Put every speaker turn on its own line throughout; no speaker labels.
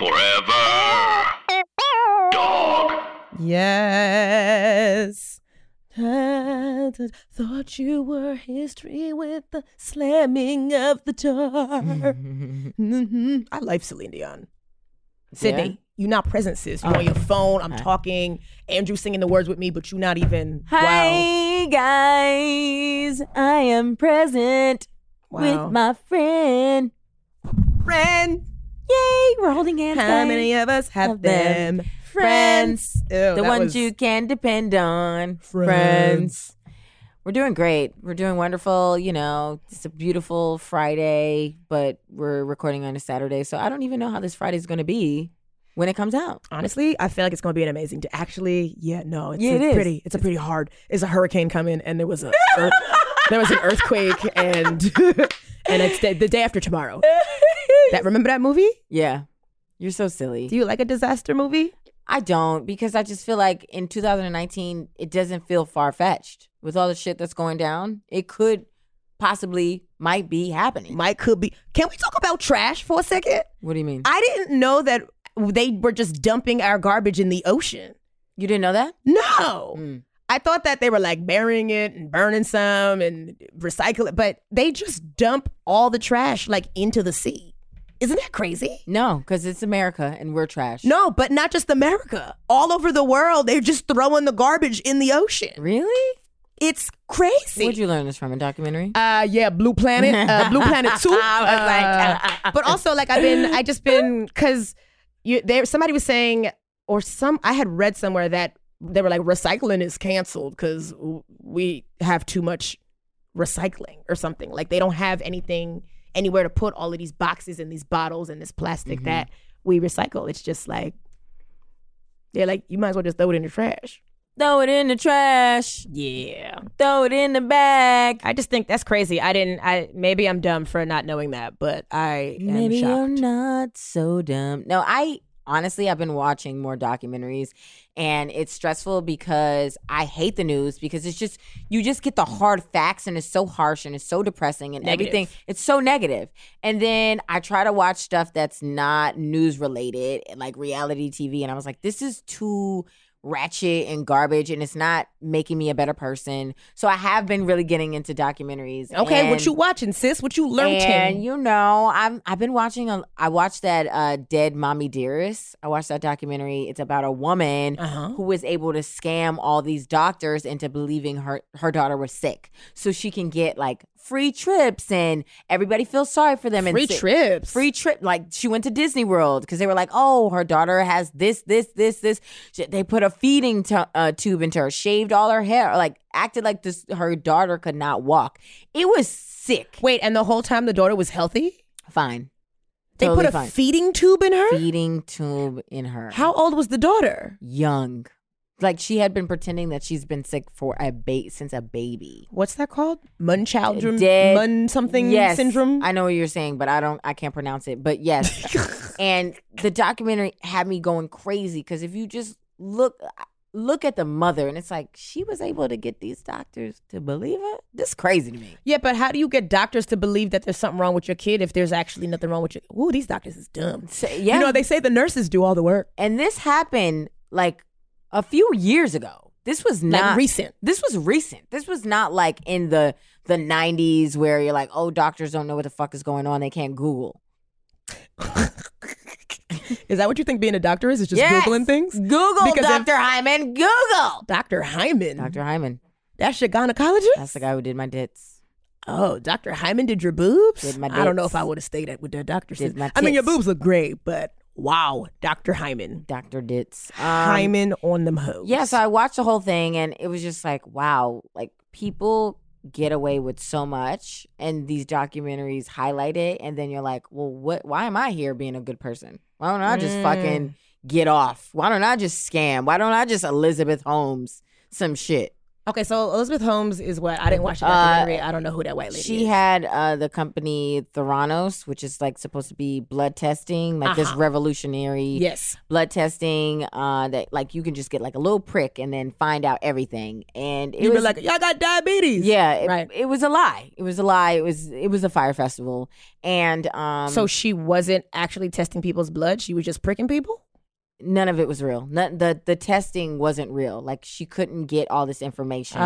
Forever. Dog.
Yes. Haunted. Thought you were history with the slamming of the door. hmm I love Celine Dion. Sydney,
Yeah? Oh.
you not present, sis. You're on your phone. I'm talking. Andrew singing the words with me, but you not even.
Hi guys, I am present
Wow. wow.
with my friend.
friend.
Yay, we're holding hands.
How
guys.
many of us have
Of
them?
them. Friends.
Ew, that
the ones
was-
you can depend on.
Friends.
We're doing great. We're doing wonderful. You know, it's a beautiful Friday, but we're recording on a Saturday. So I don't even know how this Friday's going to be when it comes out.
Honestly, I feel like it's going to be an amazing day. Actually, yeah, no, it's
Yeah,
a
it is.
pretty. It's a pretty hard. It's a hurricane coming, and there was a earth, there was an earthquake, and and it's the, the day after tomorrow. That remember that movie?
Yeah. You're so silly.
Do you like a disaster movie?
I don't because I just feel like in 2019, it doesn't feel far fetched with all the shit that's going down. It could possibly, might be happening.
Mike could be. Can we talk about trash for a second?
What do you mean?
I didn't know that they were just dumping our garbage in the ocean.
you didn't know that?
No.
Mm.
I thought that they were like burying it and burning some and recycle it, but they just dump all the trash like into the sea. Isn't that crazy?
No, because it's America and we're trash.
No, but not just America. All over the world, they're just throwing the garbage in the ocean.
Really?
It's crazy.
Where'd you learn this from? A documentary?
Uh, yeah, Blue Planet, uh, Blue Planet Two.
I was like,
Uh, but also like I've been, I just been because you there. Somebody was saying, or some I had read somewhere that they were like recycling is canceled because we have too much recycling or something. Like they don't have anything anywhere to put all of these boxes and these bottles and this plastic that we recycle. It's just like they're like you might as well just throw it in the trash.
Throw it in the trash.
Yeah.
Throw it in the bag.
I just think that's crazy. I didn't. I maybe I'm dumb for not knowing that, but I am
Maybe you're
shocked.
not so dumb. No, I honestly I've been watching more documentaries and it's stressful because I hate the news because it's just you just get the hard facts and it's so harsh and it's so depressing and
Negative.
everything it's so negative. And then I try to watch stuff that's not news related like reality TV and I was like this is too ratchet and garbage and it's not making me a better person. So I have been really getting into documentaries.
okay,
and-
what you watching, sis? What you learning?
and you know, I'm I've been watching a I watched that uh Dead Mommy Dearest. I watched that documentary. It's about a woman
Uh-huh.
who was able to scam all these doctors into believing her her daughter was sick. So she can get like free trips and everybody feels sorry for them
free
and si-
trips.
Free trip, like she went to Disney World because they were like, "Oh, her daughter has this, this, this, this." She- They put a feeding tu- uh, tube into her, shaved all her hair, like acted like this. Her daughter could not walk. It was sick.
Wait, and the whole time the daughter was healthy.
Fine.
They
Totally
put a
fine.
feeding tube in her.
feeding tube in her.
How old was the daughter?
young? Like she had been pretending that she's been sick for a bait since a baby.
What's that called? Munchausen,
Dead-
Mun something
yes,
syndrome.
I know what you're saying, but I don't. I can't pronounce it. But yes, and the documentary had me going crazy because if you just look look at the mother, and it's like she was able to get these doctors to believe her. This is crazy to me.
yeah, but how do you get doctors to believe that there's something wrong with your kid if there's actually nothing wrong with your? Ooh, these doctors is dumb.
So, yeah,
You know, they say the nurses do all the work.
and this happened like a few years ago. This was
Like
not
recent.
This was recent. This was not like in the the 90s where you're like, "Oh, doctors don't know what the fuck is going on. They can't Google."
Is that what you think being a doctor is? Is just
Yes!
googling things?
Google
Because if-
Dr. Hyman. Google.
Dr. Hyman.
Dr. Hyman.
That's your gynecologist?
That's the guy who did my dits.
Oh, Dr. Hyman did your boobs?
Did my
I don't know
dits.
if I would have stayed at with the doctor.
Did
said-
my
I mean, your
tits.
boobs look great, but wow, Dr. Hyman.
Dr. Dits. Um,
Hyman on them hoes.
Yeah, so I watched the whole thing and it was just like, wow, like people get away with so much and these documentaries highlight it and then you're like, "Well, what why am I here being a good person?" Why don't I just
Mm.
fucking get off? Why don't I just scam? Why don't I just Elizabeth Holmes some shit?
Okay, so Elizabeth Holmes is what I didn't watch the
Uh,
documentary. I don't know who that white lady
She
is.
had uh, the company Theranos, which is like supposed to be blood testing, like this
Uh-huh.
revolutionary
yes.
blood testing uh, that like you can just get like a little prick and then find out everything. And it
You'd be
was
like, y'all got diabetes.
yeah, it,
Right.
it was a lie. It was a lie. It was it was a fire festival, and um,
so she wasn't actually testing people's blood. She was just pricking people.
none of it was real. None, the the testing wasn't real. Like she couldn't get all this information.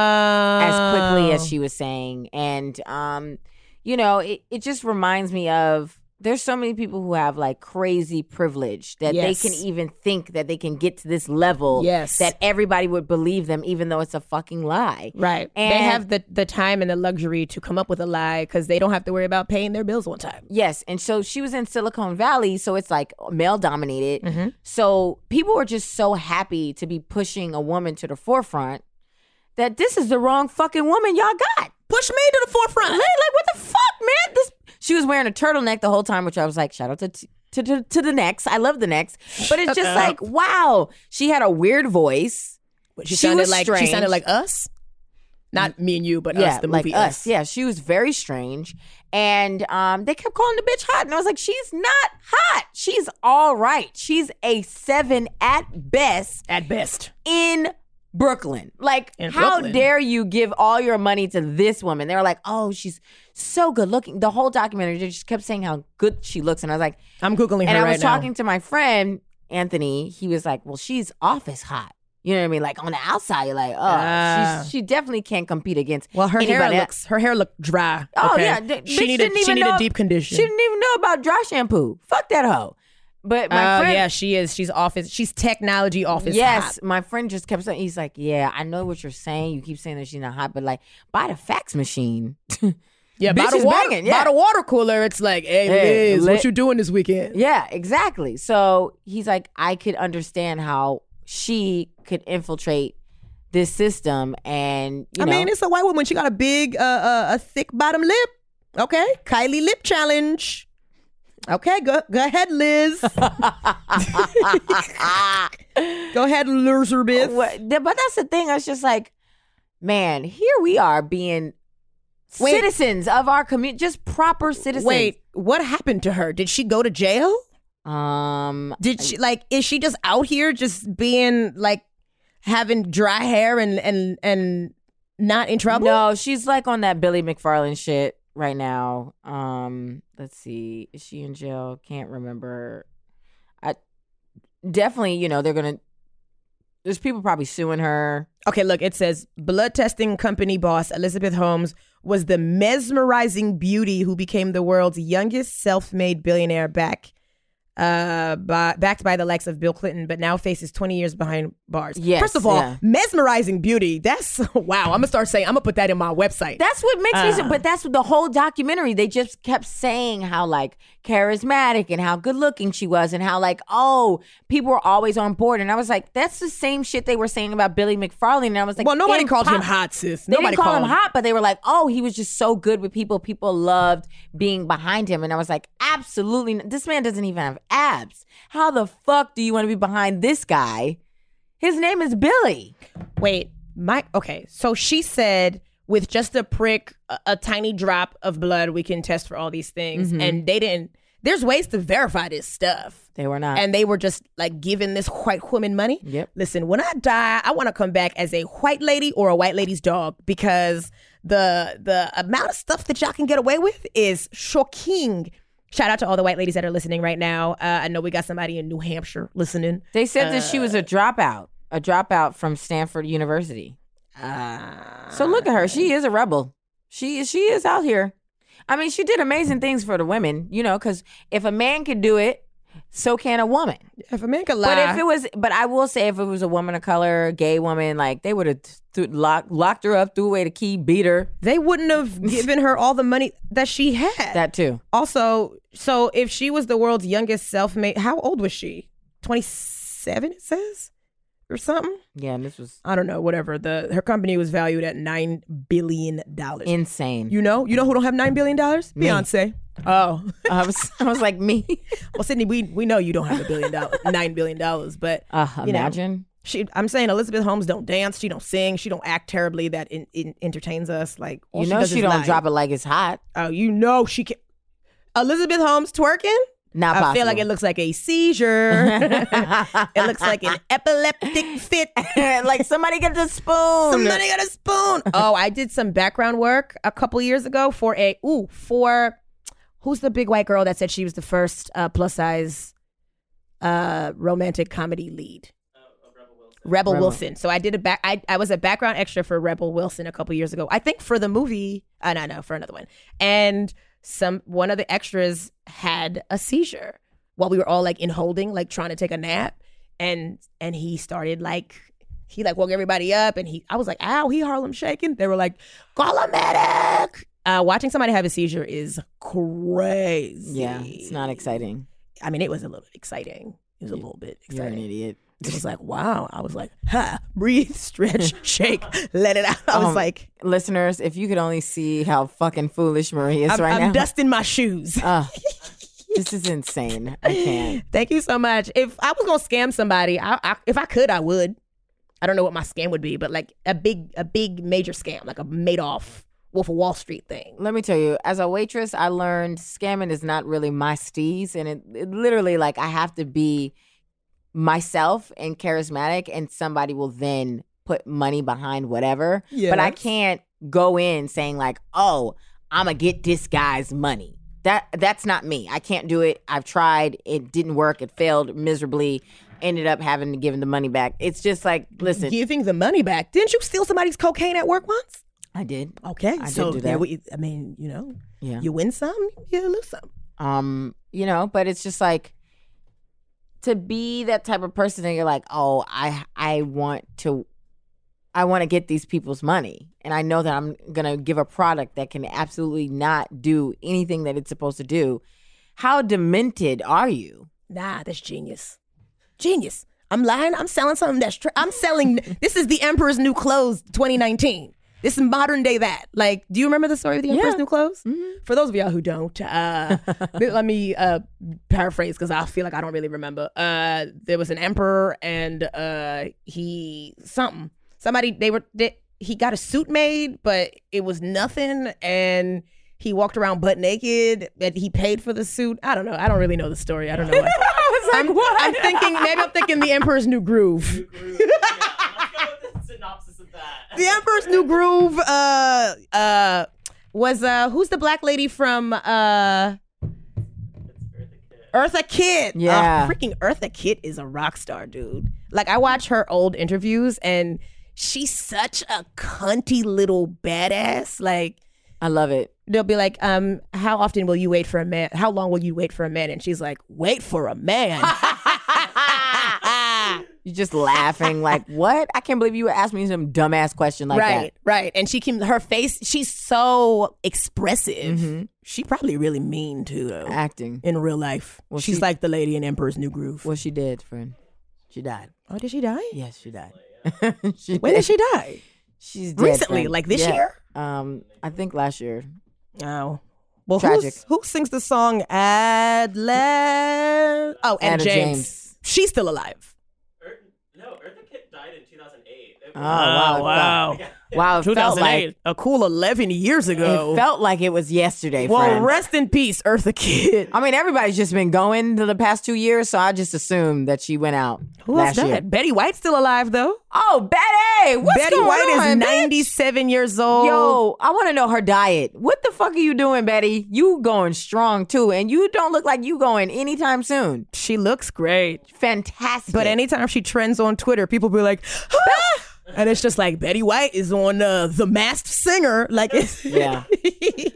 as quickly
Oh.
as she was saying. And um, you know, it, it just reminds me of there's so many people who have like crazy privilege that
Yes.
they can even think that they can get to this level
Yes.
that everybody would believe them, even though it's a fucking lie.
Right. they
And-
have the, the time and the luxury to come up with a lie because they don't have to worry about paying their bills one time.
Yes. And so she was in Silicon Valley, so it's like male dominated.
Mm-hmm.
So people were just so happy to be pushing a woman to the forefront that this is the wrong fucking woman y'all got.
Push me to the forefront.
Like, like, what the fuck, man? This she was wearing a turtleneck the whole time, which I was like, shout out to t- to, to, to the necks. I love the necks, but it's just like, wow, she had a weird voice. She
She, sounded
was
like she sounded
strange.
like us. Not me and you, but us, the
like
movie
us. Yeah, she was very strange, and um, they kept calling the bitch hot, and I was like, she's not hot. She's all right. She's a seven at best.
At best.
in Brooklyn. Like,
In
how
Brooklyn.
dare you give all your money to this woman? They were like, oh, she's so good looking. The whole documentary they just kept saying how good she looks. And I was like,
I'm Googling her
and I
right
was talking to my friend, Anthony. He was like, well, she's office hot. You know what I mean? Like on the outside, you're like, oh,
Ah.
she's, she definitely can't compete against.
now. Well, her hair
anybody-
looks her hair looked dry.
Oh,
okay?
yeah, the-
she
bitch
needed
didn't
she
even
needed
know-
deep condition.
She didn't even know about dry shampoo. Fuck that hoe. But my
Oh,
friend,
yeah, she is. She's office. She's technology office.
Yes,
hot.
my friend just kept saying, he's like, yeah, I know what you're saying. You keep saying that she's not hot, but like, buy the fax machine.
Yeah,
Bitch
by the
is
water,
banging, yeah.
by the water cooler, it's like, hey,
Hey,
Liz, what
let-
you doing this weekend?
yeah, exactly. So he's like, I could understand how she could infiltrate this system. And, you
I
know,
mean, it's a white woman. She got a big, uh, uh, a thick bottom lip. Okay, Kylie lip challenge. Okay, go go ahead, Liz. go ahead, Elizabeth.
What- ah, th- but that's the thing. I was just like, man, here we are being
Wait.
citizens of our community, just proper citizens.
Wait, what happened to her? Did she go to jail?
Um,
Did she like? Is she just out here just being like having dry hair and and and not in trouble?
No, she's like on that Billy McFarland shit right now. Um, let's see, is she in jail? Can't remember. I definitely, you know, they're gonna. There's people probably suing her.
Okay, look, it says blood testing company boss Elizabeth Holmes was the mesmerizing beauty who became the world's youngest self-made billionaire back uh by, backed by the likes of Bill Clinton, but now faces 20 years behind bars.
Yes,
First of all,
yeah.
mesmerizing beauty. That's wow. I'm going to start saying I'm going to put that in my website.
That's what makes me.
Uh.
so- But that's the whole documentary. They just kept saying how like charismatic and how good looking she was, and how like oh people were always on board. And I was like, that's the same shit they were saying about Billy McFarland. And I was like,
well, nobody called him
impossible.
hot, sis.
They
nobody
didn't call
called
him hot, but they were like, "Oh, he was just so good with people. People loved being behind him." And I was like, "Absolutely, n- this man doesn't even have abs. How the fuck do you want to be behind this guy? His name is Billy."
Wait, my okay. So she said with just a prick, a, a tiny drop of blood, we can test for all these things, and they didn't. There's ways to verify this stuff,
They were not.
and they were just like giving this white woman money.
Yep.
Listen, when I die, I want to come back as a white lady or a white lady's dog because the the amount of stuff that y'all can get away with is shocking. Shout out to all the white ladies that are listening right now. Uh, I know we got somebody in New Hampshire listening.
they said that she was
uh,
a dropout, a dropout from Stanford University.
Uh,
So look at her. She is a rebel. She is. She is out here. I mean, she did amazing things for the women, you know, because if a man could do it, so can a woman.
if a man could lie,
But if it was, but I will say, if it was a woman of color, gay woman, like they would have th- locked locked her up, threw away the key, beat her.
they wouldn't have given her all the money that she had.
That too.
also, so if she was the world's youngest self-made, how old was she? 27 it says. or something.
Yeah, and this was
I don't know, whatever. The her company was valued at nine billion dollars.
insane.
You know, you know who don't have nine billion dollars?
Me.
Beyonce. Oh,
I was I was like me.
well, Sydney, we we know you don't have a billion dollars, nine billion dollars, but
Uh,
You know.
imagine.
she. I'm saying Elizabeth Holmes don't dance, she don't sing, she don't act terribly. That in, in, entertains us. Like all
You, know
does
she
is
don't
lie.
drop it like it's hot.
Oh, you know she can. Elizabeth Holmes twerking.
Not
I
possible.
feel like it looks like a seizure. it looks like an epileptic fit.
like somebody get the spoon.
Somebody got a spoon. Oh, I did some background work a couple years ago for a ooh for who's the big white girl that said she was the first uh, plus size uh, romantic comedy lead. Rebel,
Rebel.
Wilson. So I did a back. I, I was a background extra for Rebel Wilson a couple years ago. I think for the movie. Uh, no, no, for another one. And some one of the extras had a seizure while we were all like in holding, like trying to take a nap, and and he started like he like woke everybody up, and he I was like, ow, he Harlem shaking. They were like, call a medic. Uh, watching somebody have a seizure is crazy.
Yeah, it's not exciting.
I mean, it was a little bit exciting. It was a little bit
You're an
exciting.
idiot.
It was like, wow. I was like, ha, breathe, stretch, shake, let it out. I was
Um,
like,
Listeners, if you could only see how fucking foolish Marie is
I'm,
right
I'm
now.
dusting my shoes.
Ugh. this is insane. I can't.
Thank you so much. If I was gonna scam somebody, I, I if I could, I would. I don't know what my scam would be, but like a big, a big major scam, like a Madoff, Wolf of Wall Street thing.
Let me tell you, as a waitress, I learned scamming is not really my steez. And it, it literally, like, I have to be myself and charismatic, and somebody will then put money behind whatever. But I
Yes.
can't go in saying, like, oh, I'm going to get this guy's money. That That's not me. I can't do it. I've tried. It didn't work. It failed miserably. Ended up having to give him the money back. It's just like, listen,
Giving the money back. Didn't you steal somebody's cocaine at work once?
I did.
Okay,
I
so
did do
there
that.
we- I mean, you know,
Yeah.
you win some, you lose some.
um you know but it's just like to be that type of person and you're like oh i i want to i want to get these people's money and i know that i'm gonna give a product that can absolutely not do anything that it's supposed to do how demented are you
Nah, that's genius. Genius. I'm lying. I'm selling something that's true. I'm selling. this is the Emperor's New Clothes 2019. This is modern day that. Like, do you remember the story of the Emperor's New Clothes? For those of y'all who don't, uh, let me uh, paraphrase because I feel like I don't really remember. Uh, there was an emperor and uh, he something. Somebody they were they, he got a suit made, but it was nothing, and he walked around butt naked. And he paid for the suit. I don't know. I don't really know the story. I don't know. Why.
i was
I'm, I'm thinking maybe I'm thinking the Emperor's New Groove. the Emperor's New Groove uh uh was uh who's the black lady from uh Eartha Kitt.
Yeah.
Uh, freaking Eartha Kitt is a rock star, dude. Like I watch her old interviews and she's such a cunty little badass. Like
i love it
they'll be like, um, how often will you wait for a man? How long will you wait for a man? And she's like, wait for a man.
you're just laughing like what i can't believe you would ask me some dumbass question like
right, right. And she can her face. She's so expressive. Mm-hmm. She probably really mean too, though.
that acting
in real life, she's
she-
like the lady in Emperor's New Groove.
well she did friend she died
oh, did she die?
Yes, she died.
When did she die?
She's dead,
Recently,
friend.
like this
Yeah.
year.
Um, I think last year.
Oh. Well,
Tragic.
who's- who sings the song Adler? Oh, and
Ada
James.
James.
She's still alive.
No, Eartha Kitt died in 2008. It
Oh,
was-
wow,
Ah,
Oh, wow, it felt- wow! It felt like
a cool 11 years ago.
it felt like it was yesterday.
well,
friend.
rest in peace, Eartha Kitt.
I mean, everybody's just been going to the past two years, so I just assumed that she went out
Who else
last
died?
year.
Betty White's still alive, though.
Oh, Betty! What's
Betty
going
White
on,
is
bitch?
97 years old.
Yo, I want to know her diet. What the fuck are you doing, Betty? You going strong too, and you don't look like you going anytime soon.
She looks great.
Fantastic.
But anytime she trends on Twitter, people be like, "Ah!" and it's just like Betty White is on uh, The Masked Singer. Like, it's
Yeah.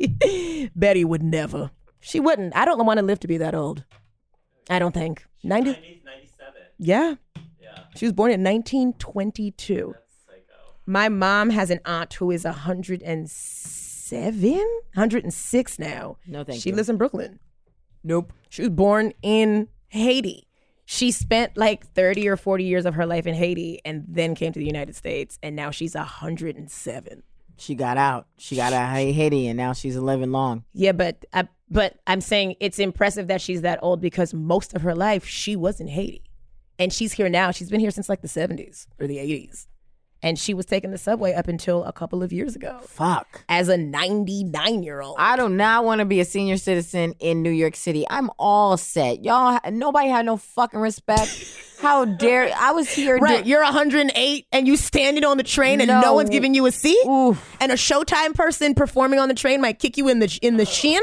Betty would never. She wouldn't. I don't want to live to be that old. I don't think. 90,
97.
yeah. She was born in 1922. My mom has an aunt who is 107, 106 now.
No, thank
she
you.
lives in Brooklyn.
nope.
She was born in Haiti. she spent like 30 or 40 years of her life in Haiti and then came to the United States and now she's 107.
She got out. She got out of Haiti, and now she's 11 long.
Yeah, but I, but I'm saying it's impressive that she's that old because most of her life she was in Haiti, and she's here now. She's been here since like the 70s or the 80s, and she was taking the subway up until a couple of years ago
Fuck.
as a 99 year old.
I do not want to be a senior citizen in New York City. I'm all set. Y'all, nobody had no fucking respect. How dare I was here.
Right,
do-
you're 108 and you standing on the train and no,
No.
one's giving you a seat.
Oof.
And a Showtime person performing on the train might kick you in the in the shin,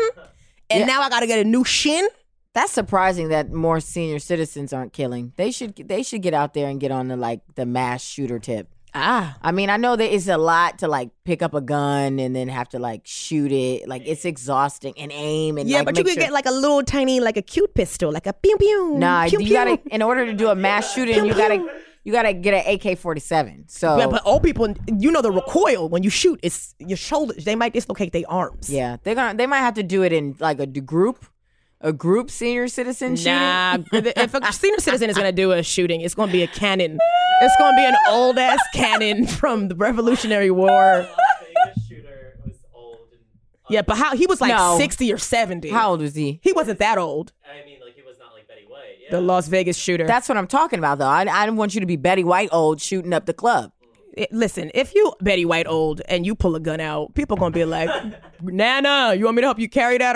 and now I gotta get a new shin.
That's surprising that more senior citizens aren't killing. They should they should get out there and get on the like the mass shooter tip.
Ah,
I mean, I know that it's a lot to like pick up a gun and then have to like shoot it. Like it's exhausting and aim and
yeah,
like,
but you
make
could
sure-
get like a little tiny, like a cute pistol, like a pew pew.
Nah,
pew,
you
pew.
gotta in order to do a mass shooting, you gotta you gotta get an AK forty seven. So
Yeah, but old people, you know, the recoil when you shoot, it's your shoulders. They might dislocate their arms.
yeah, they're gonna they might have to do it in like a d- group, a group senior citizen
Nah,
shooting.
if a senior citizen is gonna do a shooting, it's gonna be a cannon. It's gonna be an old ass cannon from the Revolutionary War.
Vegas shooter was old and
Yeah, but how he was like
No.
sixty or seventy.
How old was he?
he wasn't that old.
I mean like he was not like Betty White. Yeah.
The Las Vegas shooter.
That's what I'm talking about though. I I don't want you to be Betty White old shooting up the club.
It- Eh, listen, if you Betty White old and you pull a gun out, people gonna be like, Nana, you want me to help you carry that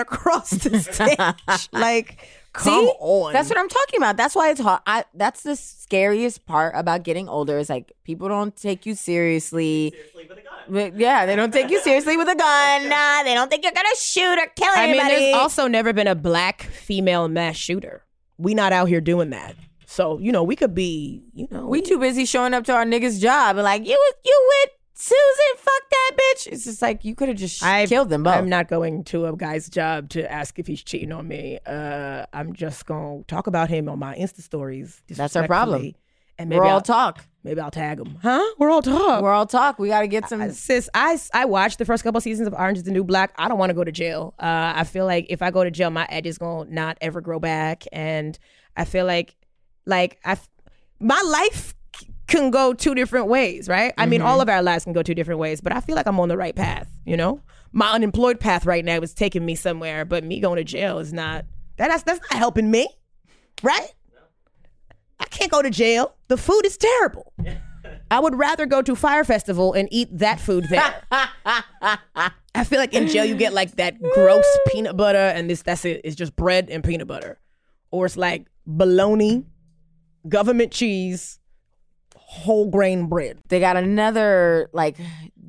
across the stage? like, come
See?
on.
That's what I'm talking about. That's why it's hard. I, that's the scariest part about getting older is like people don't take you seriously.
Seriously with a gun.
But yeah, they don't take you seriously with a gun. Nah, they don't think you're gonna shoot or kill
I
anybody.
mean, there's also never been a black female mass shooter. We not out here doing that. So, you know, we could be, you know,
we too busy showing up to our niggas' job and like you with- you with Susan, fuck that bitch. It's just like you could have just sh-
I've-
killed them both.
I'm not going to a guy's job to ask if he's cheating on me. Uh, I'm just gonna talk about him on my Insta stories.
That's our problem.
disrespectfully. And maybe
We're all
I'll,
talk.
maybe I'll tag him. Huh? We're all talk.
We're all talk. We gotta get some.
Sis, I, I watched the first couple seasons of Orange is the New Black. I don't want to go to jail. Uh, I feel like if I go to jail, my edge is going to not ever grow back. And I feel like, like, I, f- my life c- can go two different ways, right? I mean, all of our lives can go two different ways, but I feel like I'm on the right path, you know? My unemployed path right now is taking me somewhere, but me going to jail is not, that, that's, that's not helping me, right? I can't go to jail. The food is terrible. I would rather go to Fire Festival and eat that food there. I feel like in jail you get like that gross peanut butter and this that's it. It's just bread and peanut butter. Or it's like bologna, government cheese, whole grain bread.
They got another like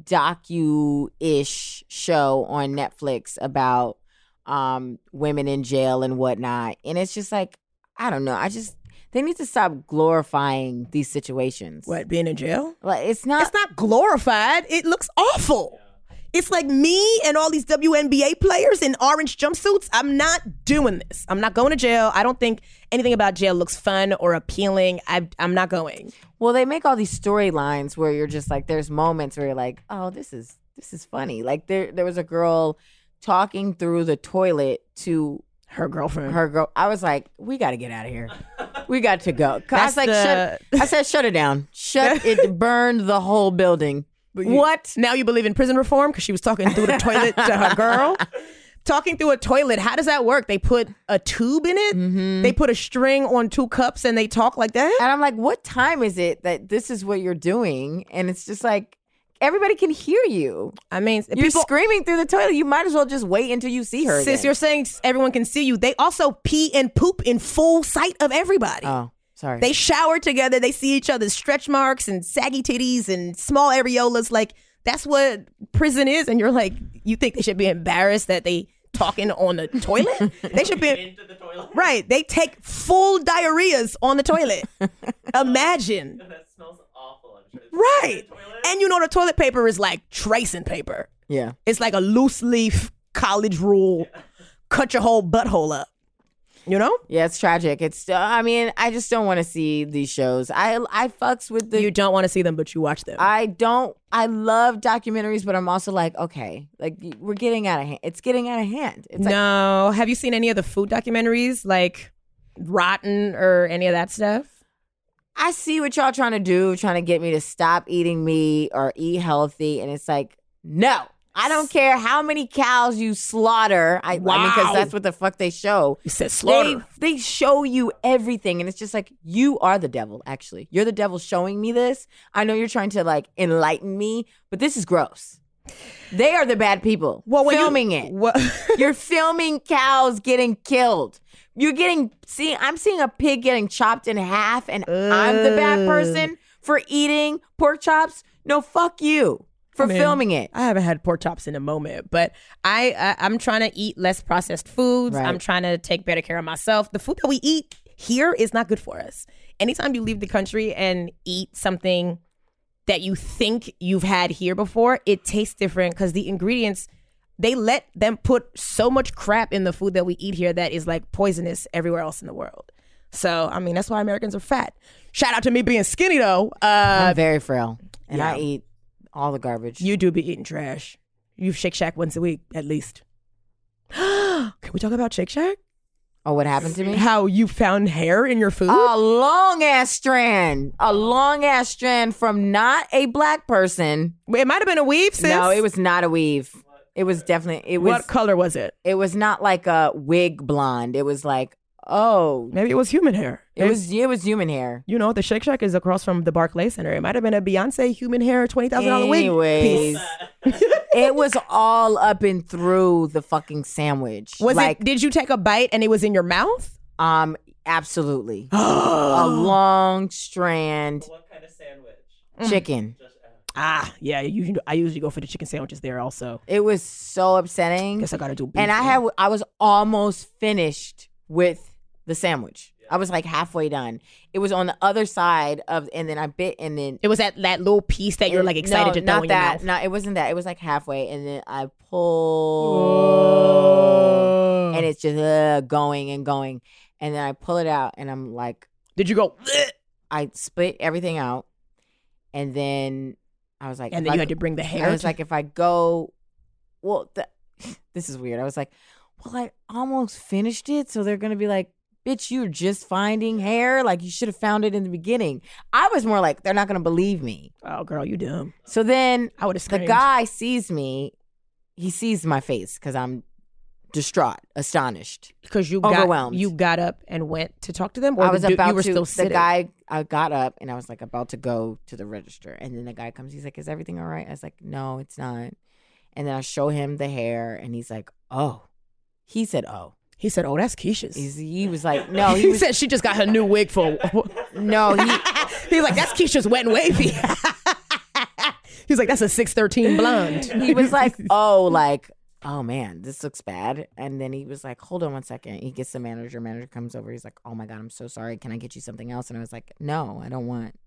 docu ish show on Netflix about um women in jail and whatnot. And it's just like, I don't know. I just they need to stop glorifying these situations.
What, being in jail?
Like it's not,
It's not glorified. It looks awful. It's like me and all these WNBA players in orange jumpsuits. I'm not doing this. I'm not going to jail. I don't think anything about jail looks fun or appealing. I, I'm not going.
well, they make all these storylines where you're just like there's moments where you're like, Oh, this is this is funny. Like there there was a girl talking through the toilet to
Her girlfriend.
her girl. I was like, we got to get out of here. We got to go. 'Cause I was
That's
like,
the-
shut, I said, shut it down. Shut it. Burned the whole building.
What? Now you believe in prison reform because she was talking through the toilet to her girl? Talking through a toilet, how does that work? They put a tube in it,
Mm-hmm.
they put a string on two cups, and they talk like that?
And I'm like, what time is it that this is what you're doing? And it's just like everybody can hear you.
I mean,
You're
people,
screaming through the toilet. You might as well just wait until you see her.
since
again.
you're saying everyone can see you, they also pee and poop in full sight of everybody.
oh, sorry.
They shower together, they see each other's stretch marks and saggy titties and small areolas. Like, that's what prison is. And you're like, you think they should be embarrassed that they talking on the toilet? they should be.
Into the toilet.
Right. They take full diarrheas on the toilet. Imagine.
That smells awful. I'm sure. It's
Right.
In the toilet.
And you know the toilet paper is like tracing paper.
yeah.
It's like a loose leaf college rule. Cut your whole butthole up. You know?
Yeah, it's tragic. It's. Uh, I mean, I just don't want to see these shows. I I fucks with the
You don't want to see them, but you watch them.
I don't. I love documentaries, but I'm also like, okay, like we're getting out of hand. It's getting out of hand. It's like,
no. Have you seen any of the food documentaries? Like rotten or any of that stuff?
I see what y'all trying to do, trying to get me to stop eating meat or eat healthy, and it's like, no, I don't care how many cows you slaughter. I, because
Wow.
that's what the fuck they show.
You said
They,
slaughter.
they show you everything, and it's just like you are the devil. Actually, you're the devil showing me this. I know you're trying to like enlighten me, but this is gross. They are the bad people.
when you-
filming it.
Well,
You're filming cows getting killed. You're getting see. I'm seeing a pig getting chopped in half, and I'm the bad
Ugh.
person for eating pork chops. No, fuck you for
I mean,
filming it.
I haven't had pork chops in a moment, but I, I I'm trying to eat less processed foods.
Right.
I'm trying to take better care of myself. The food that we eat here is not good for us. Anytime you leave the country and eat something that you think you've had here before, it tastes different because the ingredients they let them put so much crap in the food that we eat here that is like poisonous everywhere else in the world. So I mean that's why Americans are fat. Shout out to me being skinny though. Uh,
I'm very frail, and I eat all the garbage.
you do be eating trash. You Shake Shack once a week at least. Can we talk about Shake Shack?
oh, what happened to me? Uh,
How you found hair in your food?
A long ass strand, a long ass strand from not a black person.
it might have been a weave, sis.
No, it was not a weave. It was definitely it was
what color was it?
it was not like a wig blonde. It was like oh
Maybe it was human hair.
It was it was human hair.
You know, the Shake Shack is across from the Barclay Center. It might have been a Beyonce human hair twenty thousand dollar wig.
Anyways,
piece.
it was all up and through the fucking sandwich.
was
like,
it? Did you take a bite and it was in your mouth?
um absolutely a long strand
What kind of sandwich?
Mm.
chicken.
Ah, yeah. You, I usually go for the chicken sandwiches there. Also,
It was so upsetting,
guess I gotta do. Beef
and I
now.
had I was almost finished with the sandwich. I was like halfway done. It was on the other side of, and then I bit, and then
It was that that little piece that you're like excited
no,
to
not
throw in your
that.
mouth.
No, it wasn't that. It was like halfway, and then I pull,
Mm.
and it's just uh, going and going, and then I pull it out, and I'm like,
Did you go?
I split everything out, and then I was like, if
And then
I
you had to
go-
bring the hair.
I was
to-
like, if I go, well, the, this is weird. I was like, well, I almost finished it, so they're gonna be like. Bitch, you're just finding hair. Like you should have found it in the beginning. I was more like, they're not gonna believe me.
oh girl, you dumb.
So then
I would have
the
screamed.
guy sees me. He sees my face because I'm distraught, astonished.
because you
overwhelmed.
got you got up and went to talk to them, or
I was
the, dude-
about
you were
to.
still
the
sitting.
guy, I got up and I was like about to go to the register, and then the guy comes. He's like, "Is everything all right?" I was like, "No, it's not." And then I show him the hair, and he's like, "Oh." He said, "Oh."
he said, "Oh, that's Keisha's."
He's, he was like, "No."
he
He was
said she just got her new wig for.
no. He
He's like, "That's Keisha's wet and wavy." He's like, "That's a six thirteen blonde."
he was like, oh, like, oh man, this looks bad. And then he was like, hold on one second. He gets the manager. Manager comes over. He's like, oh my God, I'm so sorry. Can I get you something else? And I was like, no, I don't want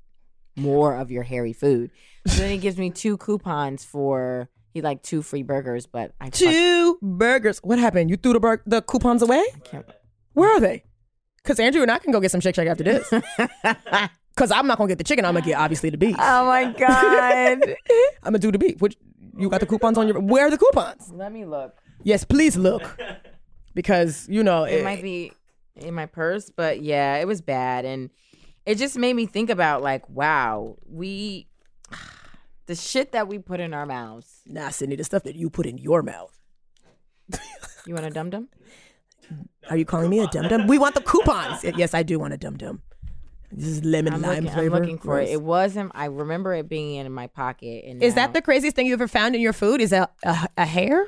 more of your hairy food. So then he gives me two coupons for, he like two free burgers, but I fuck-
two burgers. What happened? You threw the bur- the coupons away?
can't-
Where are they? Because Andrew and I can go get some Shake Shack after this. Because I'm not gonna get the chicken. I'm gonna get obviously the beef.
Oh my God.
I'm gonna do the beef. Which you got the coupons on your? Where are the coupons?
Let me look.
Yes, please look. Because you know
It might be in my purse, but yeah, it was bad. And it just made me think about like, wow, we, the shit that we put in our mouths.
Nah, Sydney, the stuff that you put in your mouth.
You want a dum dum?
Are you calling me a dum dum? We want the coupons. Y- yes, I do want a dum dum. This is lemon
I'm,
lime
looking, I'm
flavor.
looking for it.
Gross.
It wasn't. I remember it being in my pocket. And
Is
now-
that the craziest thing you ever found in your food? Is that a, a hair?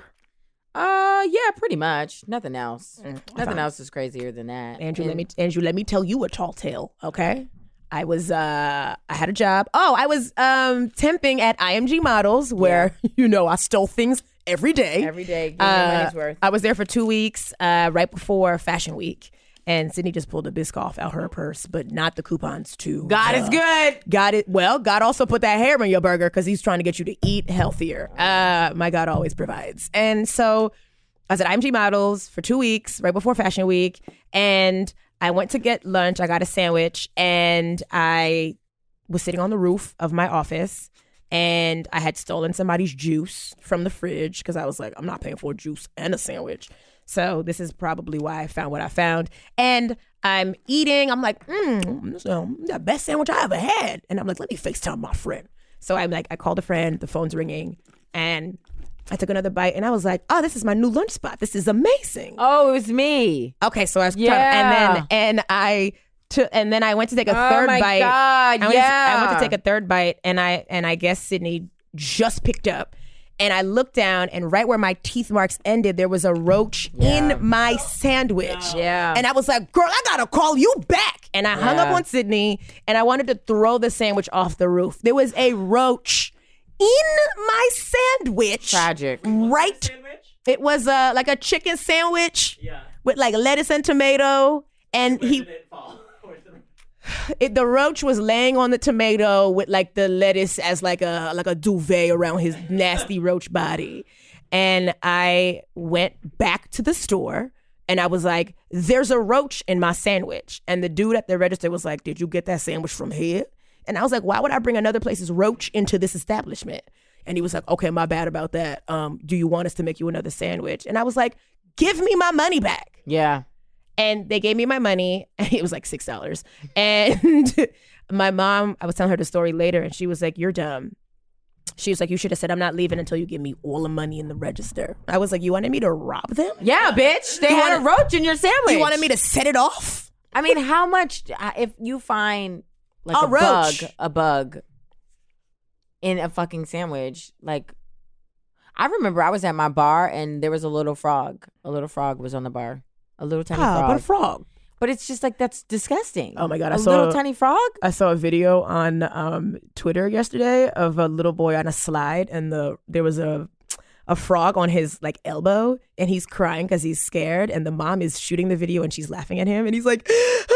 Uh, yeah, pretty much. Nothing else. Nothing
fine.
else is crazier than that.
Andrew, let
Mm, And
me Andrew, let me tell you a tall tale, okay? I was uh I had a job. Oh, I was um temping at IMG Models where you know I stole things every day. Uh,
every day. Give me my money's worth.
I was there for two weeks, uh, right before Fashion Week, and Sydney just pulled a Biscoff out her purse, but not the coupons to
God
uh,
is good.
God it. Well, God also put that hair in your burger because He's trying to get you to eat healthier. Uh, my God always provides. And so I was at IMG Models for two weeks, right before Fashion Week, and I went to get lunch. I got a sandwich, and I was sitting on the roof of my office. And I had stolen somebody's juice from the fridge because I was like, I'm not paying for juice and a sandwich. So this is probably why I found what I found. And I'm eating. I'm like, mm, this is the best sandwich I ever had. And I'm like, let me FaceTime my friend. So I'm like, I called a friend. The phone's ringing, and I took another bite, and I was like, oh, this is my new lunch spot. This is amazing.
Oh, it was me.
Okay, so I was trying, and then and I took, and then I went to take a third
oh my
bite.
god!
I went,
yeah.
to, I went to take a third bite, and I and I guess Sydney just picked up, and I looked down, and right where my teeth marks ended, there was a roach in my sandwich.
Yeah.
and I was like, "Girl, I gotta call you back." And I hung up on Sydney, and I wanted to throw the sandwich off the roof. There was a roach in my sandwich.
Tragic.
Right.
Sandwich?
It was uh, like a chicken sandwich
Yeah.
with like lettuce and tomato. And
Where
he,
did it fall? Where's the-
it, the roach was laying on the tomato with like the lettuce as like a like a duvet around his nasty roach body. And I went back to the store and I was like, "There's a roach in my sandwich." And the dude at the register was like, "Did you get that sandwich from here?" And I was like, "Why would I bring another place's roach into this establishment?" And he was like, "Okay, my bad about that. Um, do you want us to make you another sandwich?" And I was like, "Give me my money back."
yeah.
and they gave me my money it was like six dollars and my mom i was telling her the story later and she was like you're dumb she was like you should have said i'm not leaving until you give me all the money in the register i was like you wanted me to rob them
Yeah, bitch. They
You
had a
wanna-
roach in your sandwich.
you wanted me to set it off
I mean, how much I- if you find like
A
a,
roach.
bug, a bug in a fucking sandwich, like I remember I was at my bar and there was a little frog. A little frog was on the bar. A little tiny
Ah,
frog.
but
But,
a frog
it's just like that's disgusting.
Oh my God, I
a
saw-
little tiny frog?
I saw a video on um, Twitter yesterday of a little boy on a slide, and the there was a a frog on his like elbow, and he's crying because he's scared, and the mom is shooting the video, and she's laughing at him, and he's like. "Ah!"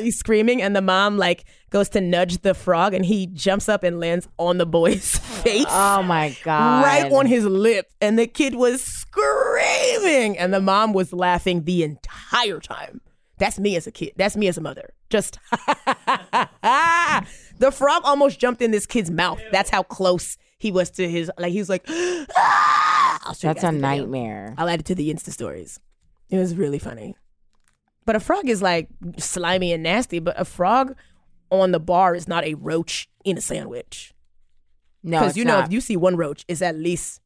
He's screaming, and the mom like goes to nudge the frog, and he jumps up and lands on the boy's face,
Oh my god.
right on his lip. And the kid was screaming, and the mom was laughing the entire time. That's me as a kid. That's me as a mother. Just the frog almost jumped in this kid's mouth. That's how close he was to his. Like he was like, "Ah!" I'll show you
That's a
guys the video.
nightmare.
I'll add it to the Insta stories. It was really funny. But a frog is like slimy and nasty. But a frog on the bar is not a roach in a sandwich.
No,
Because
it's
you know,
not.
if you see one roach, it's at least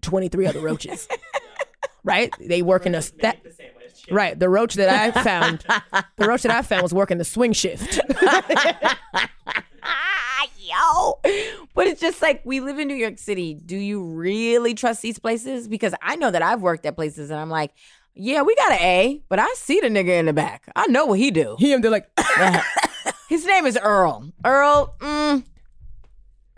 twenty three other roaches, right? They work in a that
the sandwich.
right. The roach that I found, the roach that I found was working the swing shift.
Ah, yo. But it's just like we live in New York City. Do you really trust these places? Because I know that I've worked at places and I'm like, yeah, we got an A, but I see the nigga in the back. I know what he do.
Him, they're like,
His name is Earl. Earl, mm,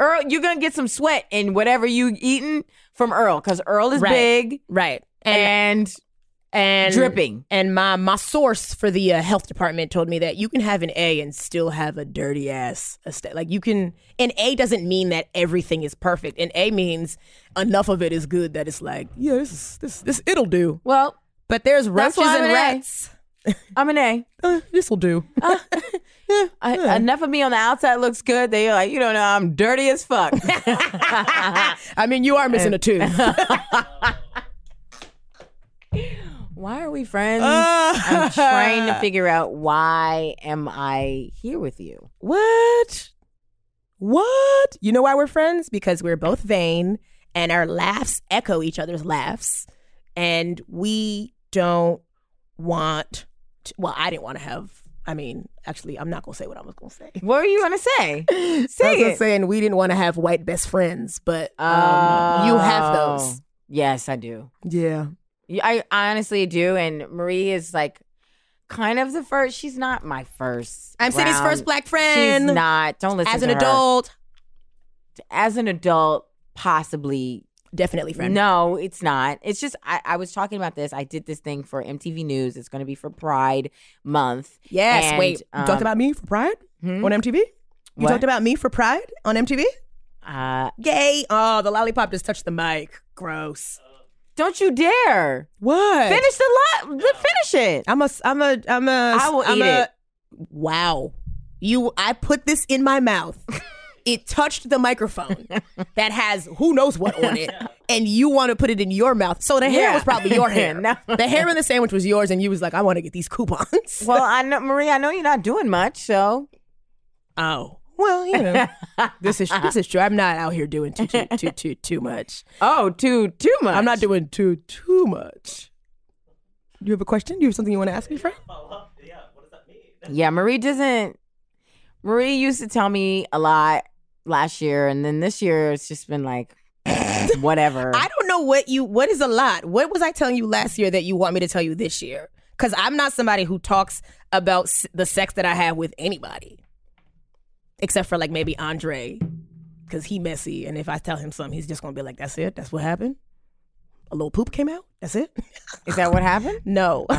Earl, you're gonna get some sweat in whatever you eating from Earl, because Earl is
Right.
big
right, and
and,
and
dripping.
And my my source for the uh, health department told me that you can have an A and still have a dirty ass. aesthetic. Like you can, an A doesn't mean that everything is perfect. An A means enough of it is good that it's like, yeah, this is, this this it'll do.
Well,
But there's roaches
why I'm
and
an A.
rats.
I'm an A.
Eh, this'll do.
I, Enough of me on the outside looks good. They like, you don't know, I'm dirty as fuck.
I mean, you are missing a tooth.
Why are we friends?
Ah!
I'm trying to figure out why am I here with you?
What? What? You know why we're friends? Because we're both vain and our laughs echo each other's laughs. And we don't want, to, well, I didn't want to have, I mean, actually, I'm not going to say what I was going to say.
What were you gonna say?
I was
Say
gonna
it.
say, and we didn't want to have white best friends, but um, you have those.
Oh, Yes, I do.
Yeah.
Yeah, I I honestly do. And Marie is like kind of the first. She's not my first.
I'm Sydney's
round.
first black
She's
friend.
not. Don't listen.
As an
to her.
adult,
As an adult, possibly
definitely friend.
No, it's not. It's just I, I was talking about this. I did this thing for MTV News. It's going to be for Pride Month.
Yes.
And,
wait. you
um,
talked about me for Pride
Hmm?
on MTV. You
What?
talked about me for Pride on MTV.
Uh,
Yay! Oh, the lollipop just touched the mic. Gross.
don't you dare
What?
finish the lot. Finish it.
I'm a. I'm a. I'm a.
I will
I'm
eat
a, Wow. You. I put this in my mouth. it touched the microphone that has who knows what on it, and you want to put it in your mouth. So the hair
Yeah.
was probably your hair.
No.
The hair in the sandwich was yours, and you was like, I want to get these coupons.
Well, I know Marie. I know you're not doing much, so
oh. Well, you know, this is this is true. I'm not out here doing too too too too, too much.
oh, too too much.
I'm not doing too too much. You have a question? You have something you want to ask me, friend?
Yeah, Marie doesn't. Marie used to tell me a lot last year, and then this year it's just been like whatever.
I don't know what you what is a lot. What was I telling you last year that you want me to tell you this year? Cuz I'm not somebody who talks about s- the sex that I have with anybody. Except for like maybe Andre cuz he messy and if I tell him something he's just going to be like that's it. That's what happened. A little poop came out. That's it.
Is that what happened?
no.